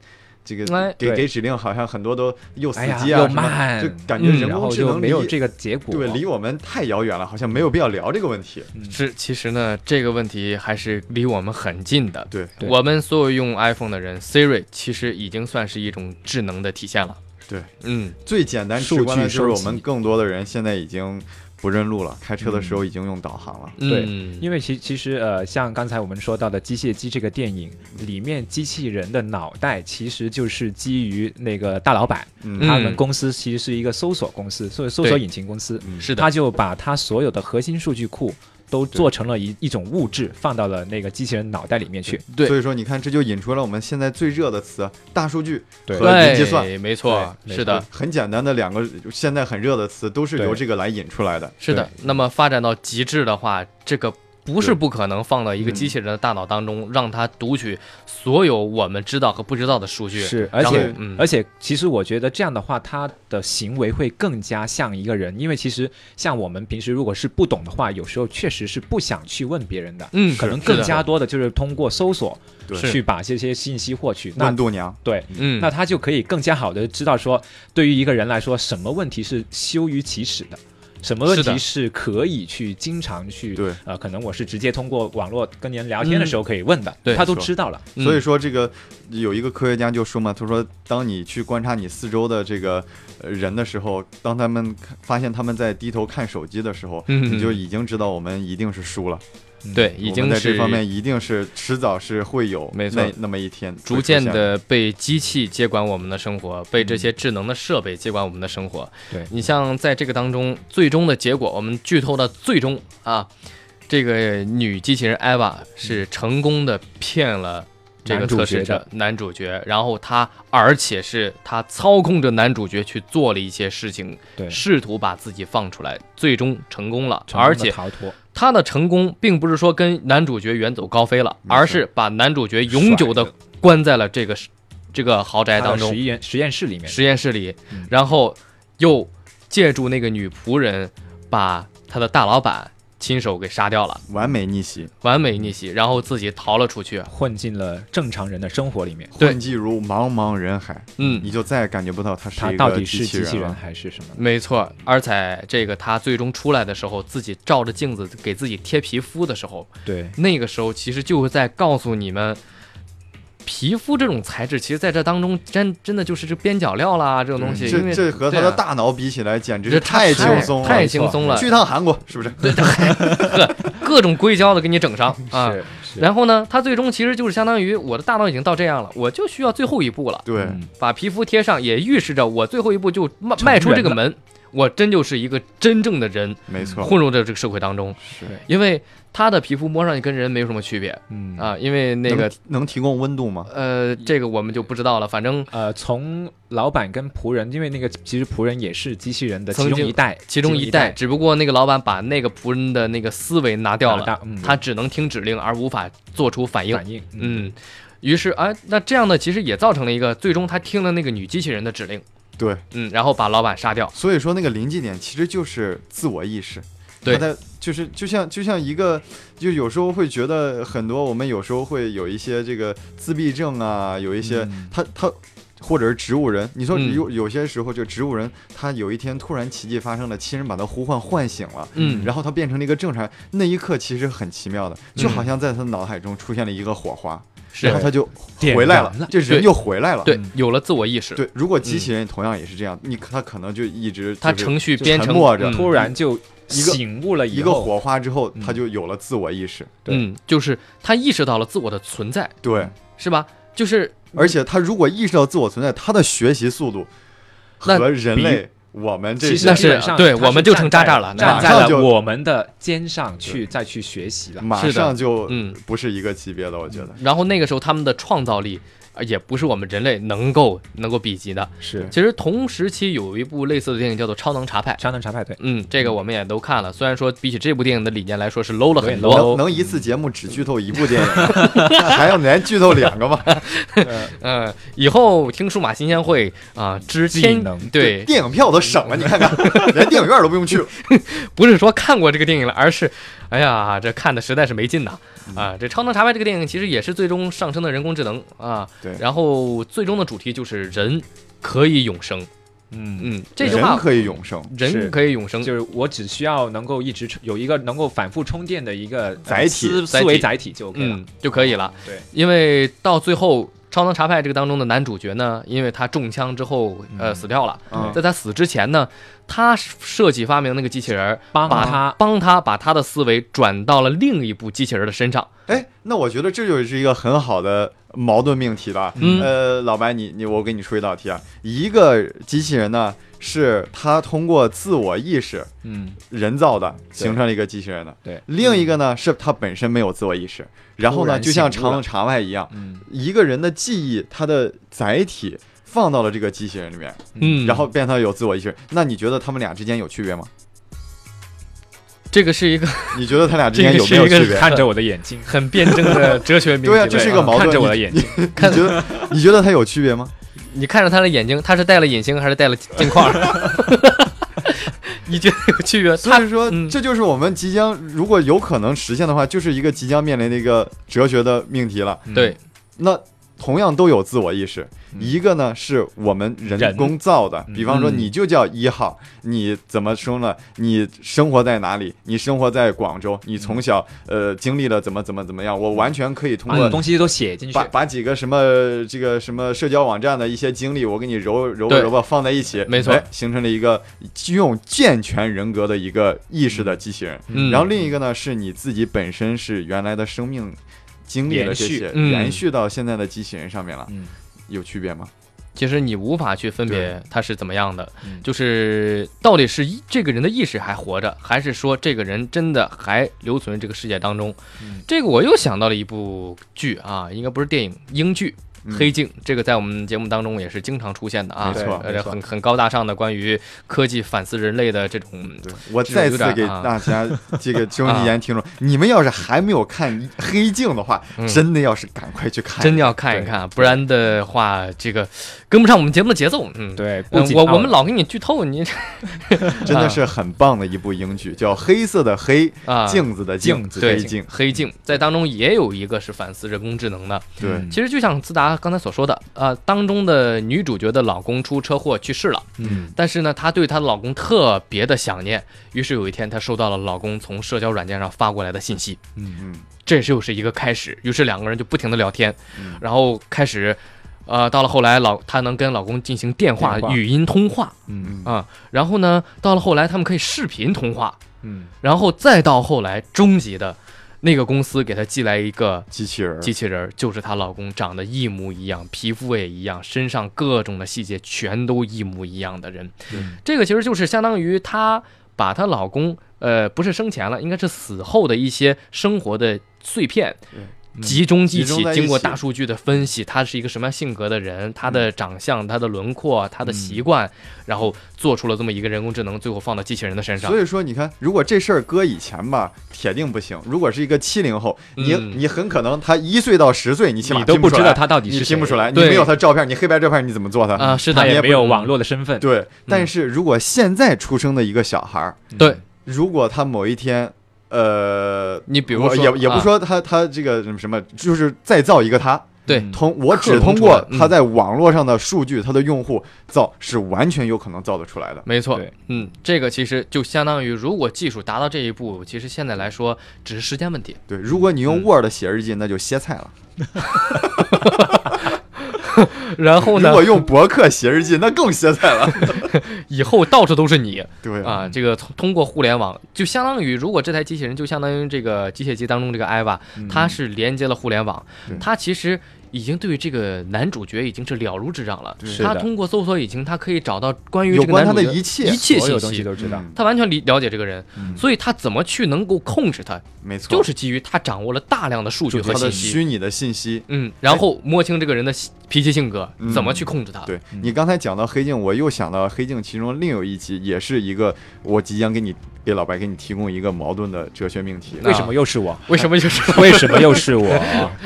Speaker 6: 这
Speaker 4: 哎
Speaker 6: 个给
Speaker 5: 对
Speaker 6: 给指令好像很多都又死
Speaker 5: 哎呀
Speaker 6: 机啊，
Speaker 5: 又
Speaker 6: 什么
Speaker 5: 慢
Speaker 6: 就感觉
Speaker 4: 嗯
Speaker 6: 人
Speaker 5: 然
Speaker 6: 工
Speaker 5: 后
Speaker 6: 智
Speaker 5: 就
Speaker 6: 能
Speaker 5: 没有
Speaker 6: 离
Speaker 5: 这个结果。
Speaker 6: 对离我们太遥远了，好像没有必要聊这个问题。
Speaker 5: 嗯
Speaker 4: 是，其实呢，这个问题还是离我们很近的。
Speaker 6: 对
Speaker 5: 对
Speaker 4: 我们所有用 iPhone 的人，Siri 其实已经算是一种智能的体现了。
Speaker 6: 对，
Speaker 4: 嗯，
Speaker 6: 最简单直观的
Speaker 5: 数
Speaker 6: 就
Speaker 5: 据收
Speaker 6: 是我
Speaker 5: 集
Speaker 6: 们更多的人现在已经不认路了，开车的时候已经用导航了。
Speaker 5: 对
Speaker 4: 嗯
Speaker 5: 因为其其实呃，像刚才我们说到的《机械姬》这个电影里面，机器人的脑袋其实就是基于那个大老板，
Speaker 6: 嗯
Speaker 5: 他们公司其实是一个搜索公司，所以搜索引擎公司，
Speaker 4: 嗯
Speaker 6: 嗯
Speaker 4: 是的
Speaker 5: 他，就把他所有的核心数据库都做成了一一种物质，放到了那个机器人脑袋里面去。
Speaker 4: 对
Speaker 6: 所以说你看，这就引出了我们现在最热的词——大数据
Speaker 5: 对
Speaker 6: 和云计算。
Speaker 4: 对，没错，
Speaker 5: 对
Speaker 4: 是的，
Speaker 6: 很简单的两个现在很热的词，都是由
Speaker 5: 对
Speaker 6: 这个来引出来的。
Speaker 4: 是的。那么发展到极致的话，这个不是
Speaker 6: 对
Speaker 4: 不可能放到一个
Speaker 6: 嗯
Speaker 4: 机器人的大脑当中，让它读取所有我们知道和不知道的数据。
Speaker 5: 是，而
Speaker 4: 然后，
Speaker 5: 且、
Speaker 4: 嗯，
Speaker 6: 哎
Speaker 5: 而且，其实我觉得这样的话，他的行为会更加像一个人，因为其实像我们平时如果是不懂的话，有时候确实是不想去问别人的，
Speaker 4: 嗯，
Speaker 5: 可能
Speaker 4: 是的
Speaker 5: 更加多的就是通过搜索
Speaker 6: 对
Speaker 5: 去把这些信息获取。那
Speaker 6: 问度娘，
Speaker 5: 对，
Speaker 4: 嗯，
Speaker 5: 那他就可以更加好的知道说，对于一个人来说，什么问题是羞于启齿的。什么问
Speaker 4: 是的
Speaker 5: 题是可以去经常去
Speaker 6: 对
Speaker 5: 呃，可能我是直接通过网络跟人聊天的时候可以问的，
Speaker 4: 嗯对
Speaker 5: 他都
Speaker 6: 没错
Speaker 5: 知道了。
Speaker 4: 嗯
Speaker 6: 所以说这个有一个科学家就说嘛，他说当你去观察你四周的这个呃人的时候，当他们看发现他们在低头看手机的时候，
Speaker 4: 嗯
Speaker 6: 你就已经知道我们一定是输了，
Speaker 4: 对，已
Speaker 6: 我
Speaker 4: 经
Speaker 6: 们在
Speaker 4: 是
Speaker 6: 这方面一定是迟早是会有
Speaker 4: 没错
Speaker 6: 那那么一嗯天
Speaker 4: 逐渐
Speaker 6: 会出现。
Speaker 4: 的被机器接管我们的生活，被这些智能的设备接管我们的生活。
Speaker 5: 对
Speaker 4: 你像在这个当中，最终的结果，我们剧透的最终啊，这个女机器人艾娃是成功的骗了这个
Speaker 5: 嗯男主
Speaker 4: 测试
Speaker 5: 角
Speaker 4: 者
Speaker 5: 的
Speaker 4: 男主角，然后她而且是她操控着男主角去做了一些事情，
Speaker 5: 对，
Speaker 4: 试图把自己放出来，最终成功了，
Speaker 5: 成功地
Speaker 4: 而且
Speaker 5: 逃脱，
Speaker 4: 他的成功并不是说跟男主角远走高飞了，而是把男主角永久的关在了这个这个豪宅当
Speaker 5: 他的
Speaker 4: 中
Speaker 5: 呃实验实验室里面，
Speaker 4: 实验室里
Speaker 5: 嗯，
Speaker 4: 然后又借助那个女仆人把他的大老板亲手给杀掉了，
Speaker 6: 完美逆袭，
Speaker 4: 完美逆袭，然后自己逃了出去。
Speaker 5: 混进了正常人的生活里面。
Speaker 4: 对
Speaker 6: 混迹如茫茫人海，
Speaker 4: 嗯
Speaker 6: 你就再也感觉不到他是
Speaker 5: 他
Speaker 6: 一
Speaker 5: 到
Speaker 6: 个
Speaker 5: 底是机器
Speaker 6: 人
Speaker 5: 人
Speaker 4: 啊
Speaker 5: 嗯
Speaker 6: 了。嗯
Speaker 5: 还是什么？
Speaker 4: 没错，而且这个他最终出来的时候，自己照着镜子给自己贴皮肤的时候，
Speaker 5: 对，
Speaker 4: 那个时候其实就是在告诉你们，皮肤这种材质，其实在这当中真真的就是这边角料啊啦，这种东西，因
Speaker 6: 这
Speaker 4: 为
Speaker 6: 这和他的
Speaker 4: 对啊
Speaker 6: 大脑比起来，简直
Speaker 4: 这
Speaker 6: 是太
Speaker 4: 太
Speaker 6: 轻松了，
Speaker 4: 太轻松了，
Speaker 6: 去趟韩国是不是？
Speaker 4: 对，各种硅胶的给你整上啊。
Speaker 5: 是是
Speaker 4: 然后呢，它最终其实就是相当于我的大脑已经到这样了，我就需要最后一步了，
Speaker 6: 对，
Speaker 5: 嗯
Speaker 4: 把皮肤贴上，也预示着我最后一步就迈
Speaker 5: 成人
Speaker 4: 迈出这个
Speaker 5: 了
Speaker 4: 门，我真就是一个真正的人，
Speaker 6: 没错，
Speaker 4: 混入到这个社会当中
Speaker 6: 是，
Speaker 4: 因为他的皮肤摸上去跟人没有什么区别
Speaker 5: 嗯
Speaker 4: 啊，因为那个
Speaker 6: 能能提供温度吗？
Speaker 4: 呃，这个我们就不知道了。反正
Speaker 5: 呃，从老板跟仆人，因为那个其实仆人也是机器人的
Speaker 4: 曾
Speaker 5: 其中
Speaker 4: 经
Speaker 5: 一代，
Speaker 4: 其中一代，
Speaker 5: 代
Speaker 4: 只不过那个老板把那个仆人的那个思维拿掉
Speaker 5: 拿
Speaker 4: 了
Speaker 5: 掉嗯，
Speaker 4: 他只能听指令而无法做出反应
Speaker 5: 反。应，嗯，
Speaker 4: 嗯，于是哎，那这样呢，其实也造成了一个，最终他听了那个女机器人的指令，
Speaker 6: 对，
Speaker 4: 嗯，然后把老板杀掉。
Speaker 6: 所以说那个临界点其实就是自我意识。
Speaker 4: 对
Speaker 6: 他在就是就像就像一个，就有时候会觉得很多，我们有时候会有一些这个自闭症啊，有一些
Speaker 5: 嗯
Speaker 6: 他他或者是植物人，你说
Speaker 4: 嗯
Speaker 6: 有有些时候就植物人，他有一天突然奇迹发生了，亲人把他呼唤唤醒了，
Speaker 4: 嗯
Speaker 6: 然后他变成了一个正常人，那一刻其实很奇妙的，就好像在他脑海中出现了一个火花，
Speaker 4: 是
Speaker 6: 然后他就
Speaker 5: 点
Speaker 6: 回来
Speaker 5: 燃了
Speaker 6: 这人
Speaker 4: 对
Speaker 6: 就回来了，
Speaker 4: 对，
Speaker 5: 嗯
Speaker 4: 有了自我意识，
Speaker 6: 对，如果机器人同样也是这样，你他可能就一直
Speaker 4: 他
Speaker 6: 就是
Speaker 4: 嗯程序编
Speaker 6: 沉
Speaker 4: 程
Speaker 6: 默着
Speaker 4: 嗯
Speaker 5: 突然就
Speaker 6: 一个
Speaker 5: 醒悟了
Speaker 6: 一
Speaker 5: 以
Speaker 6: 个
Speaker 5: 后，
Speaker 6: 火花之后，
Speaker 5: 嗯
Speaker 6: 他就有了自我意识。
Speaker 5: 对
Speaker 4: 嗯，就是他意识到了自我的存在，
Speaker 6: 对，
Speaker 4: 是吧？就是
Speaker 6: 而且他如果意识到自我存在，他的学习速度
Speaker 4: 那
Speaker 6: 和人
Speaker 5: 比
Speaker 6: 类我们这
Speaker 5: 其实
Speaker 4: 那是
Speaker 6: 些
Speaker 5: 基本上
Speaker 4: 对
Speaker 5: 他是
Speaker 4: 我们就成渣
Speaker 5: 站
Speaker 4: 渣了
Speaker 5: 在站
Speaker 6: 马
Speaker 5: 在
Speaker 6: 上
Speaker 5: 了
Speaker 6: 就
Speaker 5: 我们的肩上去再去学习了。
Speaker 6: 马
Speaker 4: 是的
Speaker 6: 上就
Speaker 4: 嗯
Speaker 6: 不是一个级别的，我觉得
Speaker 4: 然后那个时候他们的创造力呃也不是我们人类能够能够比及的。
Speaker 5: 是
Speaker 4: 其实同时期有一部类似的电影叫做《超能查派》，
Speaker 5: 超能查派对，
Speaker 4: 嗯，这个我们也都看了。虽然说比起这部电影的理念来说是 low 了很
Speaker 5: 有点
Speaker 4: 多，
Speaker 5: low
Speaker 6: 能能一
Speaker 4: 嗯
Speaker 6: 次节目只剧透一部电影，还要连剧透 两个吗？
Speaker 4: 哎嗯、以后听数码新鲜会啊、之
Speaker 5: 技
Speaker 4: 前
Speaker 5: 能
Speaker 4: 对，
Speaker 6: 电影票都省了，你看看，连电影院都不用去了。
Speaker 4: 不是说看过这个电影了，而是哎哎呀，这看的实在是没劲呐！啊，这《超能查派》这个电影其实也是最终上升的人工智能啊，
Speaker 6: 对
Speaker 4: 然后最终的主题就是人可以永生，
Speaker 5: 嗯，
Speaker 4: 嗯，这句
Speaker 6: 人
Speaker 4: 话
Speaker 6: 可以永生，
Speaker 4: 人
Speaker 5: 是
Speaker 4: 可以永生，
Speaker 5: 就是我只需要能够一直充有一个能够反复充电的一个呃
Speaker 6: 载体
Speaker 5: 思
Speaker 4: 载
Speaker 5: 思
Speaker 4: 体
Speaker 5: 维载体就 OK 了。
Speaker 4: 嗯就可以了。
Speaker 5: 对，
Speaker 4: 因为到最后《超能查派》这个当中的男主角呢，因为他中枪之后呃死掉了，
Speaker 6: 嗯
Speaker 4: 在他死之前呢，他设计发明那个机器人儿，
Speaker 5: 帮
Speaker 4: 把
Speaker 5: 他
Speaker 4: 帮他把他的思维转到了另一部机器人儿的身上。
Speaker 6: 哎，那我觉得这就是一个很好的矛盾命题了。
Speaker 4: 嗯
Speaker 6: 呃，老白，你你我给你出一道题啊，一个机器人呢是它通过自我意识
Speaker 5: 嗯，
Speaker 6: 人造的形成了一个机器人的，
Speaker 5: 对
Speaker 6: 另一个呢是它本身没有自我意识，然后
Speaker 5: 突
Speaker 6: 呢
Speaker 5: 然
Speaker 6: 就像
Speaker 5: 醒悟了
Speaker 6: 长龙茶外一样，
Speaker 5: 嗯
Speaker 6: 一个人的记忆它的载体。放到了这个机器人里面，
Speaker 4: 嗯
Speaker 6: 然后变成有自我意识。那你觉得他们俩之间有区别吗？
Speaker 4: 这个是一个
Speaker 6: 你觉得他俩之间
Speaker 4: 这个
Speaker 6: 有
Speaker 4: 是
Speaker 6: 没有
Speaker 4: 一个
Speaker 6: 区别？
Speaker 5: 看着我的眼睛，
Speaker 4: 很辩证 的哲学命题。
Speaker 6: 对啊，这是一个矛盾。
Speaker 5: 看着我的
Speaker 6: 你
Speaker 5: 眼睛，
Speaker 6: 你觉得你觉得它有区别吗？
Speaker 4: 你看着他的眼睛，他是戴了隐形还是戴了镜框？你觉得有区别？
Speaker 6: 所
Speaker 4: 他
Speaker 6: 以说，
Speaker 4: 嗯
Speaker 6: 这就是我们即将如果有可能实现的话，就是一个即将面临的一个哲学的命题了。
Speaker 4: 对，
Speaker 6: 那同样都有自我意识，
Speaker 5: 嗯
Speaker 6: 一个呢是我们人
Speaker 5: 人
Speaker 6: 工造的，
Speaker 5: 嗯
Speaker 6: 比方说你就叫一号，你怎么说呢？你生活在哪里？你生活在广州，你从
Speaker 5: 嗯
Speaker 6: 小呃经历了怎么怎么怎么样？我完全可以通
Speaker 5: 把
Speaker 4: 嗯
Speaker 5: 你
Speaker 6: 过
Speaker 5: 东西都写进去
Speaker 6: 把。把几个什么这个什么社交网站的一些经历，我给你揉揉吧
Speaker 4: 对
Speaker 6: 揉吧放在一起，
Speaker 4: 没错
Speaker 6: 哎形成了一个具有健全人格的一个意识的机器人。
Speaker 4: 嗯
Speaker 6: 然后另一个呢，是你自己本身是原来的生命经历了
Speaker 5: 延
Speaker 6: 这
Speaker 5: 续
Speaker 6: 些，
Speaker 4: 嗯
Speaker 6: 延续到现在的机器人上面了，
Speaker 5: 嗯
Speaker 6: 有区别吗？
Speaker 4: 其实你无法去分别
Speaker 5: 对
Speaker 4: 他是怎么样的，
Speaker 5: 嗯
Speaker 4: 就是到底是一这个人的意识还活着，还是说这个人真的还留存于这个世界当中？
Speaker 5: 嗯
Speaker 4: 这个我又想到了一部剧啊，应该不是电影，英剧。
Speaker 6: 嗯
Speaker 4: 黑镜这个在我们节目当中也是经常出现的啊，
Speaker 6: 没错
Speaker 5: 没
Speaker 4: 呃，
Speaker 5: 错
Speaker 4: 很很高大上的关于科技反思人类的这种
Speaker 6: 我
Speaker 4: 这个
Speaker 6: 再
Speaker 4: 有
Speaker 6: 次
Speaker 4: 点
Speaker 6: 给
Speaker 4: 啊
Speaker 6: 大家这个收音机前听众，你们要是还没有看《黑镜》的话，
Speaker 4: 嗯
Speaker 6: 真的要是赶快去看，
Speaker 4: 真要看一看，不然的话，这个跟不上我们节目的节奏。嗯，
Speaker 5: 对，不
Speaker 4: 嗯，
Speaker 5: 仅啊
Speaker 4: 我
Speaker 5: 奥
Speaker 4: 我们
Speaker 5: 了
Speaker 4: 老给你剧透，你
Speaker 6: 真的是很棒的一部英剧，叫《黑色的黑》。
Speaker 4: 啊，
Speaker 6: 镜子的
Speaker 5: 镜子
Speaker 6: 黑
Speaker 4: 对
Speaker 6: 镜，
Speaker 4: 黑镜在当中也有一个是反思人工智能的。
Speaker 6: 对
Speaker 5: 嗯，
Speaker 4: 其实就像自达刚才所说的，呃，当中的女主角的老公出车祸去世了，
Speaker 5: 嗯
Speaker 4: 但是呢，她对她的老公特别的想念，于是有一天她收到了老公从社交软件上发过来的信息，
Speaker 5: 嗯
Speaker 6: 嗯，
Speaker 4: 这就是一个开始。于是两个人就不停的聊天，
Speaker 6: 嗯
Speaker 4: 然后开始，呃，到了后来老她能跟老公进行电话
Speaker 5: 电话
Speaker 4: 语音通话
Speaker 5: 嗯
Speaker 4: 啊、然后呢，到了后来他们可以视频通话，
Speaker 5: 嗯
Speaker 4: 然后再到后来终极的，那个公司给她寄来一个
Speaker 6: 机器人儿，
Speaker 4: 机器人儿，就是她老公长得一模一样，皮肤也一样，身上各种的细节全都一模一样的人，
Speaker 5: 嗯
Speaker 4: 这个其实就是相当于她把她老公，呃，不是生前了，应该是死后的一些生活的碎片。集中一起
Speaker 6: 嗯集中在，一起嗯
Speaker 4: 经过大数据的分析，他是一个什么样性格的人，他的长相、他的轮廓、他的习惯，然后做出了这么一个人工智能，最后放到机器人的身上
Speaker 6: 所。以说，你看，如果这事儿搁以前吧，铁定不行。如果是一个七零后，你、
Speaker 4: 嗯
Speaker 6: 你很可能他一岁到十岁，你起码
Speaker 5: 你都
Speaker 6: 听不
Speaker 5: 不
Speaker 6: 出
Speaker 5: 知道
Speaker 6: 来
Speaker 5: 他到底
Speaker 6: 你
Speaker 5: 是
Speaker 6: 听不
Speaker 5: 谁
Speaker 6: 出来，你
Speaker 4: 对
Speaker 6: 没有他照片，你黑白照片你怎么做他？
Speaker 4: 啊，是
Speaker 5: 他
Speaker 4: 的，
Speaker 5: 也没
Speaker 6: 也
Speaker 5: 有
Speaker 6: 不
Speaker 5: 网络的身份，
Speaker 4: 嗯
Speaker 6: 对，但是如果现在出生的一个小孩儿，
Speaker 4: 对
Speaker 6: 如果他某一天，呃，
Speaker 4: 你比如
Speaker 6: 我
Speaker 4: 说，
Speaker 6: 也也不
Speaker 4: 啊
Speaker 6: 说他他这个什么什么，就是再造一个他，
Speaker 4: 对
Speaker 5: 嗯
Speaker 6: 通我
Speaker 4: 克
Speaker 6: 只
Speaker 4: 隆
Speaker 6: 通
Speaker 4: 出来
Speaker 6: 过
Speaker 4: 嗯
Speaker 6: 他在网络上的数据，他的用户造是完全有可能造得出来的。
Speaker 4: 没错
Speaker 5: 对，
Speaker 4: 嗯，这个其实就相当于，如果技术达到这一步，其实现在来说只是时间问题。
Speaker 6: 对，如果你用
Speaker 4: 嗯
Speaker 6: Word 写日记，那就歇菜了；
Speaker 4: 然后
Speaker 6: 如
Speaker 4: 呢，
Speaker 6: 果用博客写日记，那更歇菜了。
Speaker 4: 以后到处都是你
Speaker 6: 对
Speaker 4: 啊！这个通通过互联网，就相当于，如果这台机器人就相当于这个机械机当中这个艾娃，它是连接了互联网
Speaker 6: 对，
Speaker 4: 它其实。已经对于这个男主角已经是了如指掌了。
Speaker 5: 是
Speaker 4: 他
Speaker 5: 的
Speaker 4: 通过搜索引擎，他可以找到关于
Speaker 6: 有
Speaker 4: 这个
Speaker 6: 关
Speaker 4: 男
Speaker 6: 他
Speaker 4: 主
Speaker 6: 的
Speaker 4: 角
Speaker 6: 一切
Speaker 4: 一切
Speaker 5: 所有
Speaker 4: 信
Speaker 5: 东西
Speaker 4: 息，
Speaker 5: 都知道。
Speaker 6: 嗯
Speaker 4: 他完全理了解这个人，所以他怎么去能够控制他，
Speaker 6: 没错，
Speaker 4: 就是基于他掌握了大量的数据
Speaker 6: 他
Speaker 4: 和
Speaker 6: 的
Speaker 4: 信息。
Speaker 6: 虚拟的信息。
Speaker 4: 嗯，然后摸清这个人的性脾气性格，
Speaker 6: 嗯
Speaker 4: 怎么去控制他。，
Speaker 6: 对你刚才讲到黑镜，我又想到黑镜其中另有一集，也是一个我即将给你给老白给你提供一个矛盾的哲学命题。
Speaker 4: 那
Speaker 5: 为什么又是我？
Speaker 4: 为 什么就是
Speaker 5: 为什么又是 我？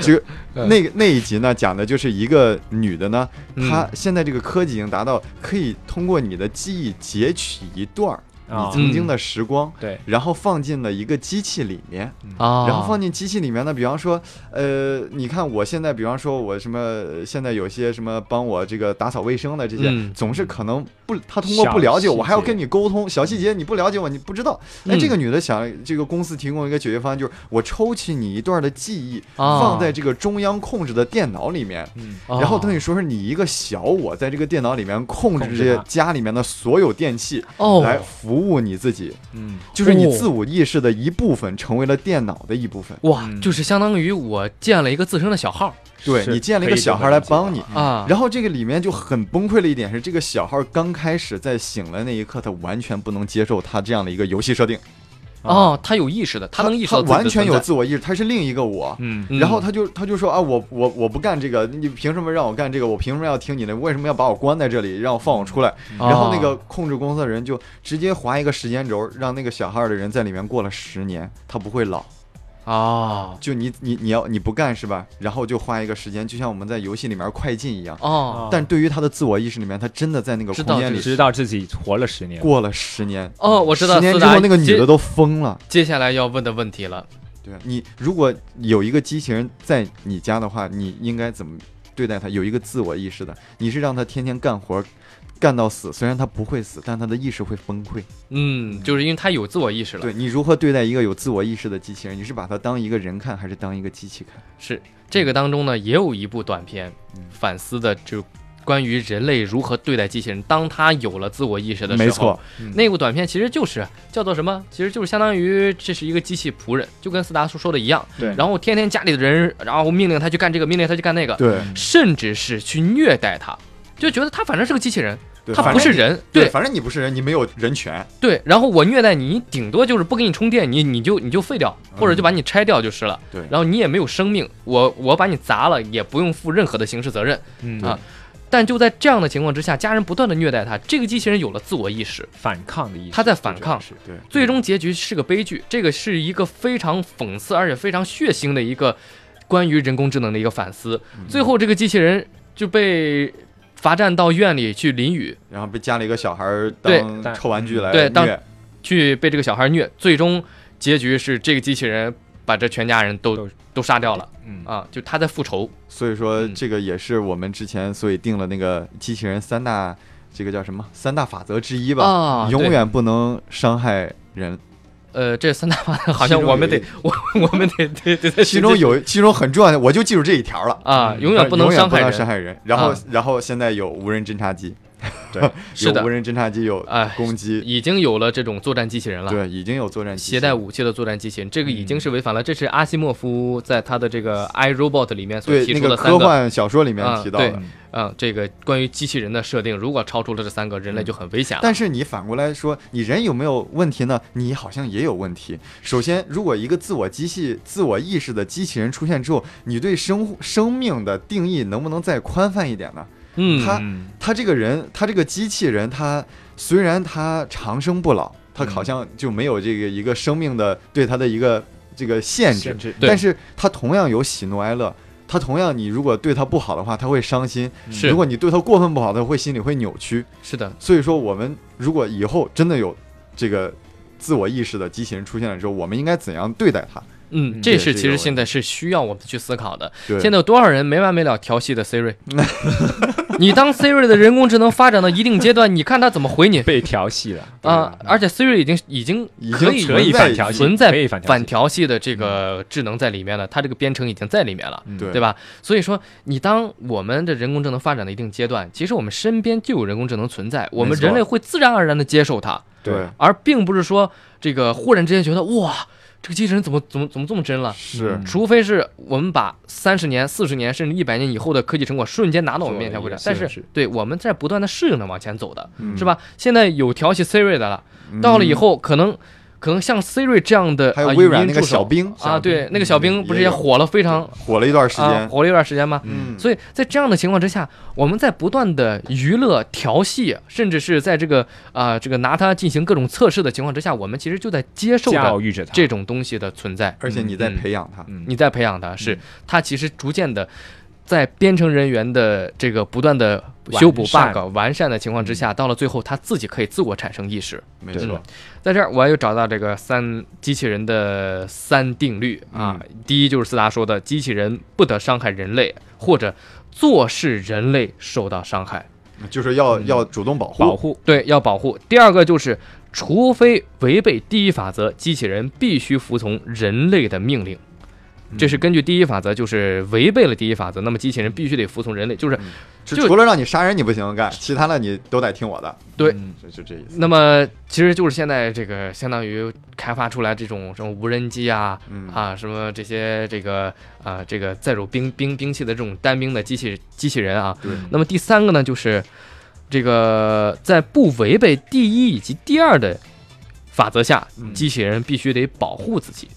Speaker 6: 这个那个那一集呢，讲的就是一个女的呢，
Speaker 4: 嗯
Speaker 6: 她现在这个科技已经达到可以通过你的记忆截取一段儿
Speaker 5: 啊
Speaker 6: 你曾
Speaker 4: 嗯
Speaker 6: 经的时光，
Speaker 5: 对，
Speaker 6: 然后放进了一个机器里面，
Speaker 5: 啊
Speaker 4: 哦，
Speaker 6: 然后放进机器里面呢，比方说，呃，你看我现在，比方说我什么，呃现在有些什么帮我这个打扫卫生的这些，
Speaker 4: 嗯
Speaker 6: 总是可能不，他通过不了解
Speaker 5: 小细节
Speaker 6: 我，还要跟你沟通小细节，你不了解我，你不知道。哎，
Speaker 4: 嗯
Speaker 6: 这个女的想，这个公司提供一个解决方案，就是我抽起你一段的记忆，
Speaker 4: 哦
Speaker 6: 放在这个中央控制的电脑里面。
Speaker 5: 啊嗯，
Speaker 4: 哦
Speaker 6: 然后等于说是你一个小我，在这个电脑里面控
Speaker 5: 控
Speaker 6: 制
Speaker 5: 制
Speaker 6: 这些
Speaker 5: 它
Speaker 6: 家里面的所有电器，
Speaker 4: 哦
Speaker 6: 来服务你自己，
Speaker 5: 嗯，
Speaker 6: 就是你
Speaker 4: 哦
Speaker 6: 自我意识的一部分，成为了电脑的一部分。
Speaker 4: 哇，
Speaker 5: 嗯
Speaker 4: 就是相当于我建了一个自身的小号
Speaker 6: 对
Speaker 5: 是
Speaker 6: 你建了一
Speaker 5: 可
Speaker 6: 个
Speaker 5: 以这
Speaker 6: 小
Speaker 5: 么
Speaker 6: 孩来
Speaker 5: 理解
Speaker 6: 帮你。
Speaker 4: 啊，
Speaker 6: 然后这个里面就很崩溃的一点是，这个小孩刚开始在醒来那一刻，他完全不能接受他这样的一个游戏设定，
Speaker 4: 哦，他有意识的，他能意识
Speaker 6: 啊他
Speaker 4: 到自己的
Speaker 6: 完全有
Speaker 4: 存在
Speaker 6: 自我意识，他是另一个我。
Speaker 5: 嗯，
Speaker 4: 嗯
Speaker 6: 然后他就他就说啊，我我我不干这个，你凭什么让我干这个？我凭什么要听你的？为什么要把我关在这里，让我放我出来？
Speaker 4: 嗯
Speaker 6: 然后那个
Speaker 4: 啊
Speaker 6: 控制公司的人就直接划一个时间轴，让那个小孩的人在里面过了十年，他不会老。
Speaker 4: 哦
Speaker 6: 就你你你要你不干是吧？然后就花一个时间，就像我们在游戏里面快进一样。
Speaker 4: 哦
Speaker 6: 但对于他的自我意识里面，他真的在那个
Speaker 4: 知道
Speaker 6: 空间
Speaker 4: 就
Speaker 6: 里
Speaker 5: 知道自己活了十年，
Speaker 6: 过了十年。
Speaker 4: 哦，我知道
Speaker 6: 十年
Speaker 4: 思
Speaker 6: 之
Speaker 4: 达
Speaker 6: 后，那个女
Speaker 4: 接
Speaker 6: 的都疯了。
Speaker 4: 接下来要问的问题了，
Speaker 6: 对啊你，如果有一个机器人在你家的话，你应该怎么对待他？有一个自我意识的，你是让他天天干活，干到死。虽然他不会死，但他的意识会崩溃。
Speaker 4: 嗯，就是因为他有自我意识了，
Speaker 6: 对你如何对待一个有自我意识的机器人？你是把他当一个人看，还是当一个机器看？
Speaker 4: 是这个当中呢，也有一部短片
Speaker 6: 嗯
Speaker 4: 反思的，就关于人类如何对待机器人。当他有了自我意识的时候，
Speaker 6: 没错，
Speaker 4: 那部短片其实就是叫做什么？其实就是相当于这是一个机器仆人，就跟斯达叔说的一样。
Speaker 5: 对
Speaker 4: 然后天天家里的人，然后命令他去干这个，命令他去干那个，
Speaker 6: 对
Speaker 4: 甚至是去虐待他，就觉得他反正是个机器人，
Speaker 6: 对
Speaker 4: 他
Speaker 6: 反
Speaker 4: 不
Speaker 6: 正
Speaker 4: 是
Speaker 6: 你
Speaker 4: 人，
Speaker 6: 对，反正你不是人，你没有人权。
Speaker 4: 对，然后我虐待你，顶多就是不给你充电，你你就你就废掉，或者就把你拆掉就是了。
Speaker 6: 嗯对
Speaker 4: 然后你也没有生命，我我把你砸了也不用负任何的刑事责任。
Speaker 5: 嗯
Speaker 4: 啊但就在这样的情况之下，家人不断的虐待他，这个机器人有了自我意识，
Speaker 5: 反抗的意思，
Speaker 4: 他在反抗，
Speaker 5: 是
Speaker 6: 对，
Speaker 4: 最终结局是个悲剧。这个是一个非常讽刺而且非常血腥的一个关于人工智能的一个反思。最后这个机器人就被罚站到院里去淋雨，
Speaker 6: 然后被加了一个小孩儿
Speaker 4: 对
Speaker 6: 当
Speaker 5: 但
Speaker 6: 臭玩具来
Speaker 4: 对当
Speaker 6: 虐
Speaker 4: 去被这个小孩虐，最终结局是这个机器人把这全家人都
Speaker 5: 都
Speaker 4: 都杀掉了
Speaker 5: 嗯
Speaker 4: 啊！就他在复仇，
Speaker 6: 所以说
Speaker 4: 嗯
Speaker 6: 这个也是我们之前所以定了那个机器人三大这个叫什么三大法则之一吧，
Speaker 4: 啊
Speaker 6: 永远不能伤害 人。
Speaker 4: 呃，这三大法好像我们得
Speaker 6: 其中
Speaker 4: 我我们得得得得
Speaker 6: 其中有其中很重要的，我就记住这一条了。
Speaker 4: 啊，永远不能伤害
Speaker 6: 永远不能
Speaker 4: 人
Speaker 6: 伤。害人。然后
Speaker 4: 啊，
Speaker 6: 然后现在有无人侦 察机，对，
Speaker 4: 是的
Speaker 6: 有无人侦察机，有
Speaker 4: 哎
Speaker 6: 攻击，
Speaker 4: 已经有了这种作战机器人了，
Speaker 6: 对，已经有作战机器
Speaker 4: 携带武器的作战机器人，这个已
Speaker 6: 嗯
Speaker 4: 经是违反了。这是阿西莫夫在他的这个《I Robot》里面所
Speaker 6: 对
Speaker 4: 提
Speaker 6: 那
Speaker 4: 出
Speaker 6: 个
Speaker 4: 的三
Speaker 6: 科
Speaker 4: 个，
Speaker 6: 幻小说里面
Speaker 4: 啊
Speaker 6: 提到的
Speaker 4: 对。嗯，这个关于机器人的设定，如果超出了这三个，人类就很危险了。
Speaker 6: 但是你反过来说，你人有没有问题呢？你好像也有问题。首先，如果一个自我机器、自我意识的机器人出现之后，你对生生命的定义能不能再宽泛一点呢？
Speaker 4: 嗯，
Speaker 6: 他他这个人，他这个机器人，他虽然他长生不老，他好像就没有这个一个生命的对他的一个这个限制
Speaker 5: 限，制
Speaker 4: 对
Speaker 6: 但是他同样有喜怒哀乐。他同样，你如果对他不好的话，他会伤心；
Speaker 4: 是
Speaker 6: 如果你对他过分不好，他会心里会扭曲。
Speaker 4: 是的，
Speaker 6: 所以说，我们如果以后真的有这个自我意识的机器人出现的时候，我们应该怎样对待它？
Speaker 4: 嗯，
Speaker 5: 嗯
Speaker 4: 这
Speaker 6: 也
Speaker 4: 是
Speaker 6: 是一
Speaker 4: 其
Speaker 6: 个
Speaker 4: 实
Speaker 6: 问
Speaker 4: 现在是需要我们去思考的。
Speaker 6: 对
Speaker 4: 现在有多少人没完没了调戏的 Siri？你当 Siri 的人工智能发展到一定阶段，你看它怎么 回你
Speaker 5: 被调戏了，
Speaker 4: 啊！而且 Siri 已经已经
Speaker 6: 已
Speaker 4: 可
Speaker 6: 经
Speaker 4: 以
Speaker 5: 可
Speaker 6: 存
Speaker 5: 以
Speaker 6: 在
Speaker 5: 反调戏
Speaker 4: 存在
Speaker 5: 可以反调戏
Speaker 6: 嗯
Speaker 4: 反调戏的这个智能在里面了，它这个编程已经在里面了。
Speaker 6: 对
Speaker 4: 嗯对？吧？所以说，你当我们的人工智能发展到一定阶段，其实我们身边就有人工智能存在，我们
Speaker 6: 没错
Speaker 4: 人类会自然而然的接受它，
Speaker 6: 对，
Speaker 4: 而并不是说这个忽然之间觉得哇，这个机器人怎么怎么怎么这么真了？
Speaker 6: 是
Speaker 5: 嗯
Speaker 4: 除非是我们把三十年、四十年甚至一百年以后的科技成果瞬间拿到我们面前
Speaker 5: 做
Speaker 4: 或
Speaker 5: 了
Speaker 4: 者
Speaker 5: 一个，
Speaker 4: 但
Speaker 5: 是
Speaker 4: 是
Speaker 5: 是
Speaker 4: 对我们在不断的适应的往前走的，
Speaker 6: 嗯
Speaker 4: 是吧？现在有调戏 Siri 的了，到了以后可能可能像 Siri 这样的，
Speaker 6: 还有
Speaker 4: 啊
Speaker 6: 微软那
Speaker 4: 语音
Speaker 6: 个
Speaker 4: 助手
Speaker 6: 小冰
Speaker 4: 啊，对，那个小兵
Speaker 6: 嗯
Speaker 4: 不是也
Speaker 6: 也有
Speaker 4: 火了非常
Speaker 6: 火了一段时
Speaker 4: 啊
Speaker 6: 间，
Speaker 4: 火了一段时间吗？
Speaker 6: 嗯，
Speaker 4: 所以在这样的情况之下，我们在不断的娱乐、调戏，甚至是在这个啊、这个拿它进行各种测试的情况之下，我们其实就在接受
Speaker 5: 教
Speaker 4: 着
Speaker 5: 育着他，
Speaker 4: 这种东西的存在。
Speaker 6: 而且你在
Speaker 4: 嗯
Speaker 6: 培养它，
Speaker 5: 嗯
Speaker 4: 你在培养它，是
Speaker 5: 嗯
Speaker 4: 它其实逐渐的在编程人员的这个不断的修补、
Speaker 5: 完善嗯
Speaker 4: bug、完善的情况之下，到了最后，它自己可以自我产生意识。
Speaker 6: 没
Speaker 5: 对
Speaker 6: 错，
Speaker 4: 在这儿，我又找到这个三机器人的三定律啊。
Speaker 6: 嗯
Speaker 4: 第一就是斯达说的，机器人不得伤害人类，或者坐视人类受到伤害。
Speaker 6: 就是要要主动保护，
Speaker 5: 保护
Speaker 4: 对，要嗯保护。第二个就是，除非违背第一法则，机器人必须服从人类的命令。
Speaker 6: 嗯
Speaker 4: 这是根据第一法则，就是违背了第一法则，那么机器人必须得服从人类，就是
Speaker 6: 就
Speaker 4: 就
Speaker 6: 嗯除了让你杀人你不行干，其他的你都得听我的，
Speaker 4: 对
Speaker 5: 嗯
Speaker 6: 就就这意思。
Speaker 4: 那么其实就是现在这个相当于开发出来这种什么无人机啊、
Speaker 6: 嗯
Speaker 4: 啊什么这些这个啊这个载入兵兵兵器的这种单兵的机器机器人啊。
Speaker 6: 对
Speaker 4: 那么第三个呢，就是这个在不违背第一以及第二的法则下，
Speaker 6: 嗯
Speaker 4: 机器人必须得保护自己，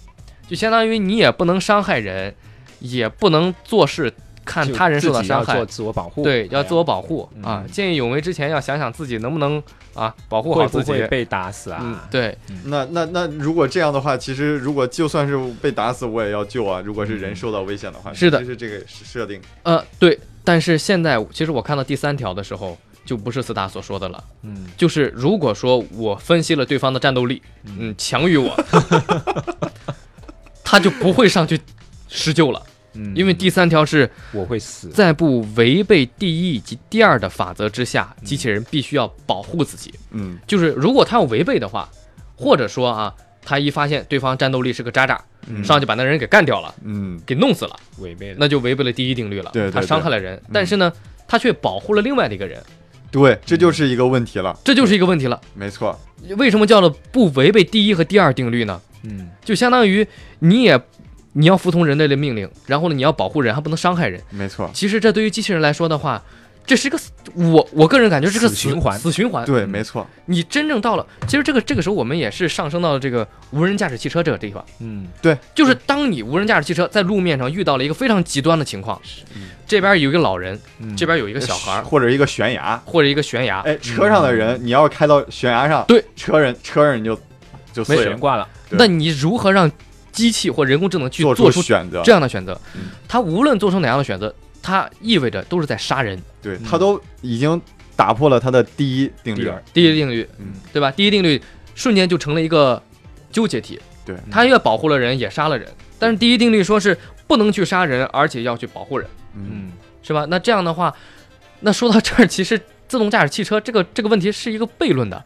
Speaker 4: 就相当于你也不能伤害人，也不能做事看
Speaker 5: 就
Speaker 4: 他人受到
Speaker 5: 自己要
Speaker 4: 伤害
Speaker 5: 做，自我保护，
Speaker 4: 对，要自我
Speaker 5: 做
Speaker 4: 保护
Speaker 5: 嗯
Speaker 4: 啊！见义勇为之前要想想自己能不能啊保护好
Speaker 5: 会
Speaker 4: 自
Speaker 5: 不
Speaker 4: 己。
Speaker 5: 会被打死
Speaker 4: 嗯
Speaker 5: 啊，？
Speaker 4: 对，
Speaker 6: 那那那如果这样的话，其实如果就算是被打死，我也要救啊。如果是人受到危险的话，
Speaker 4: 是的
Speaker 6: 这是这个设定。
Speaker 4: 呃，对，但是现在其实我看到第三条的时候，就不是斯达所说的了，
Speaker 5: 嗯，
Speaker 4: 就是如果说我分析了对方的战斗力，嗯，强于我， 他就不会上去施救了，
Speaker 5: 嗯
Speaker 4: 因为第三条是
Speaker 5: 我会死，
Speaker 4: 在不违背第一以及第二的法则之下，机器人必须要保护自己。
Speaker 6: 嗯，
Speaker 4: 就是如果他要违背的话，或者说啊，他一发现对方战斗力是个渣渣，
Speaker 5: 嗯
Speaker 4: 上去把那人给干掉了，
Speaker 6: 嗯，
Speaker 4: 给弄死了，
Speaker 5: 违背了。
Speaker 4: 那就违背了第一定律了。
Speaker 6: 对对
Speaker 4: 他
Speaker 6: 对
Speaker 4: 伤害了人，但是呢，他却保护了另外的一个人，
Speaker 6: 对，这就是一个问题了，
Speaker 4: 这就是一个问题了。
Speaker 6: 没错。
Speaker 4: 为什么叫做不违背第一和第二定律呢？
Speaker 5: 嗯，
Speaker 4: 就相当于你也你要服从人类的命令，然后呢，你要保护人，还不能伤害人。
Speaker 6: 没错，
Speaker 4: 其实这对于机器人来说的话，这是个死我我个人感觉是个
Speaker 5: 死
Speaker 4: 死
Speaker 5: 循环
Speaker 4: 死循环。
Speaker 6: 对，没错，
Speaker 4: 你真正到了，其实这个这个时候我们也是上升到了这个无人驾驶汽车这个地方，
Speaker 5: 嗯，
Speaker 4: 就是当你无人驾驶汽车在路面上遇到了一个非常极端的情况，这边有一个老人，
Speaker 5: 嗯
Speaker 4: 这边有一个小孩儿
Speaker 6: 或者一个悬崖，
Speaker 4: 或者一个悬崖，
Speaker 6: 哎，车上的人，你要是开到悬崖上，
Speaker 4: 对，
Speaker 6: 车人车人就就碎
Speaker 5: 悬
Speaker 6: 了，
Speaker 5: 挂了，
Speaker 6: 对
Speaker 4: 那你如何让机器或人工智能去
Speaker 6: 做
Speaker 4: 做出
Speaker 6: 选择
Speaker 4: 这，样的选择
Speaker 6: 嗯？
Speaker 4: 它无论做出哪样的选择，它意味着都是在杀人。
Speaker 6: 对他都已经打破了他的第一定律
Speaker 5: 第，二
Speaker 4: 第一定律
Speaker 6: 嗯，
Speaker 4: 对吧？第一定律瞬间就成了一个纠结体。
Speaker 6: 对
Speaker 4: 它越保护了人，也杀了人。但是第一定律说是不能去杀人，而且要去保护人，
Speaker 6: 嗯，
Speaker 5: 嗯，
Speaker 4: 是吧？那这样的话，那说到这儿，其实自动驾驶汽车这个这个问题是一个悖论的，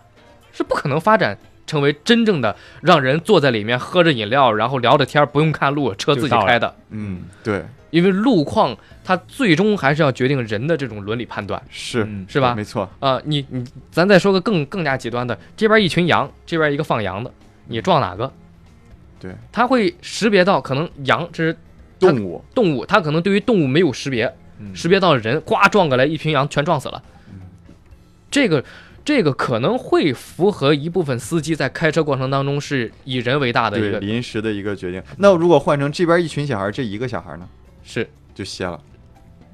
Speaker 4: 是不可能发展。成为真正的让人坐在里面喝着饮料，然后聊着天儿，不用看路，车
Speaker 5: 就
Speaker 4: 自己
Speaker 5: 到了
Speaker 4: 开的，
Speaker 6: 嗯，对，
Speaker 4: 因为路况它最终还是要决定人的这种伦理判断，
Speaker 6: 是
Speaker 5: 嗯
Speaker 4: 是吧？
Speaker 6: 没错，
Speaker 4: 啊，你你，咱再说个更更加极端的，这边一群羊，这边一个放羊的，你撞哪个？
Speaker 6: 对，
Speaker 4: 它会识别到可能羊这是
Speaker 6: 动物，
Speaker 4: 动物，它可能对于动物没有识别，
Speaker 5: 嗯
Speaker 4: 识别到了人，呱撞过来一群羊全撞死了。这个这个可能会符合一部分司机在开车过程当中是以人为大的一
Speaker 6: 对，
Speaker 4: 个
Speaker 6: 临时的一个决定。那如果换成这边一群小孩，这一个小孩呢，
Speaker 4: 是。
Speaker 6: 就歇了。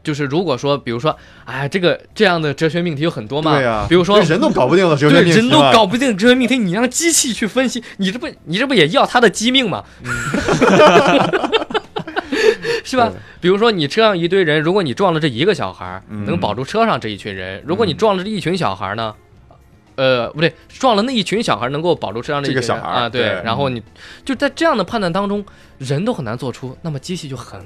Speaker 4: 就是如果说，比如说，哎，这个这样的哲学命题有很多嘛，
Speaker 6: 对呀，
Speaker 4: 比如说
Speaker 6: 这人都搞不定了，哲学
Speaker 4: 对，
Speaker 6: 命题
Speaker 4: 人都
Speaker 6: 嘛
Speaker 4: 搞不定这些命题，你让机器去分析，你这不你这不也要它的机命吗？
Speaker 6: 嗯
Speaker 4: 是吧
Speaker 6: 对？
Speaker 4: 比如说你车上一堆人，如果你撞了这一个小孩儿，
Speaker 6: 嗯
Speaker 4: 能保住车上这一群人；如果你撞了这一群小孩儿呢？呃，不对，撞了那一群小孩儿能够保住车上这一
Speaker 6: 这个
Speaker 4: 群人
Speaker 6: 小孩儿
Speaker 4: 啊，对
Speaker 6: 对，
Speaker 4: 然后你就在这样的判断当中，人都很难做出，那么机器就很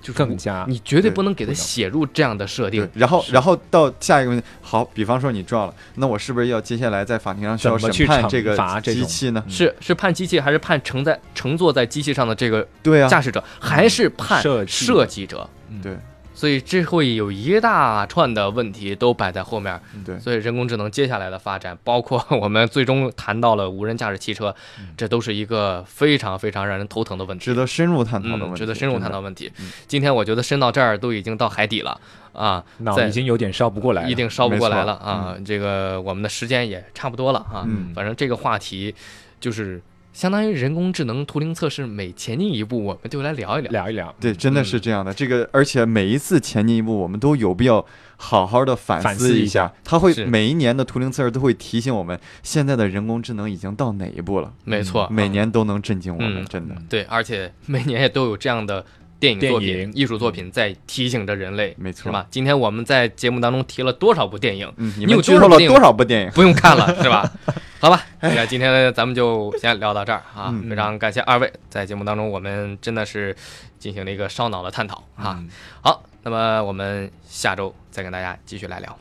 Speaker 4: 就是
Speaker 5: 更加
Speaker 4: 你绝对
Speaker 6: 嗯对
Speaker 4: 不能给它
Speaker 5: 不能
Speaker 4: 写入这样的设定
Speaker 6: 对，，然后然后到下一个问题，好，比方说你撞了，那我是不是要接下来在法庭上需要
Speaker 5: 怎么
Speaker 6: 审
Speaker 5: 去
Speaker 6: 判
Speaker 5: 惩
Speaker 6: 这个
Speaker 5: 罚这
Speaker 6: 机
Speaker 5: 种
Speaker 6: 器呢？
Speaker 4: 是是判机器还是判乘在乘坐在机器上的这个
Speaker 6: 对啊，
Speaker 4: 驾驶者，还是判
Speaker 5: 设计者
Speaker 4: 设计者？
Speaker 6: 对
Speaker 4: 所以这会有一大串的问题都摆在后面。
Speaker 6: 对
Speaker 4: 所以人工智能接下来的发展，包括我们最终谈到了无人驾驶汽车，这都是一个非常非常让人头疼的问题
Speaker 6: 嗯值。得深入探讨的问
Speaker 4: 嗯，
Speaker 6: 题，
Speaker 4: 值得深入探讨
Speaker 6: 真嗯
Speaker 4: 的问题。今天我觉得深到这儿都已经到海底了啊，
Speaker 5: 脑
Speaker 4: 在
Speaker 5: 已经有点烧不过来了，
Speaker 4: 一定烧不过来
Speaker 6: 没错
Speaker 4: 了啊。这个我们的时间也差不多了啊。
Speaker 6: 嗯
Speaker 4: 反正这个话题就是相当于人工智能图灵测试，每前进一步，我们就来聊一聊。
Speaker 5: 聊一聊，
Speaker 6: 对，真的是这样的。这个，而且每一次前进一步，我们都有必要好好的反
Speaker 5: 反
Speaker 6: 思
Speaker 5: 思一
Speaker 6: 下
Speaker 5: 下。
Speaker 6: 它会
Speaker 4: 是
Speaker 6: 每一年的图灵测试都会提醒我们，现在的人工智能已经到哪一步了。
Speaker 4: 没错，
Speaker 6: 每
Speaker 4: 嗯
Speaker 6: 年都能震惊我们，
Speaker 4: 嗯
Speaker 6: 真的。
Speaker 4: 对，而且每年也都有这样的电影作
Speaker 5: 电
Speaker 4: 品
Speaker 5: 影、
Speaker 4: 艺术作品在提醒着人类，
Speaker 6: 没错
Speaker 4: 是吧？今天我们在节目当中提了多少部电影？
Speaker 6: 嗯，你
Speaker 4: 你有
Speaker 6: 们剧
Speaker 4: 多
Speaker 6: 透
Speaker 4: 少
Speaker 6: 了
Speaker 4: 电影
Speaker 6: 多少部电影？
Speaker 4: 不用看了，是吧？好吧，那今天咱们就先聊到这儿啊！非常感谢二位，在节目当中我们真的是进行了一个烧脑的探讨啊！好，那么我们下周再跟大家继续来聊。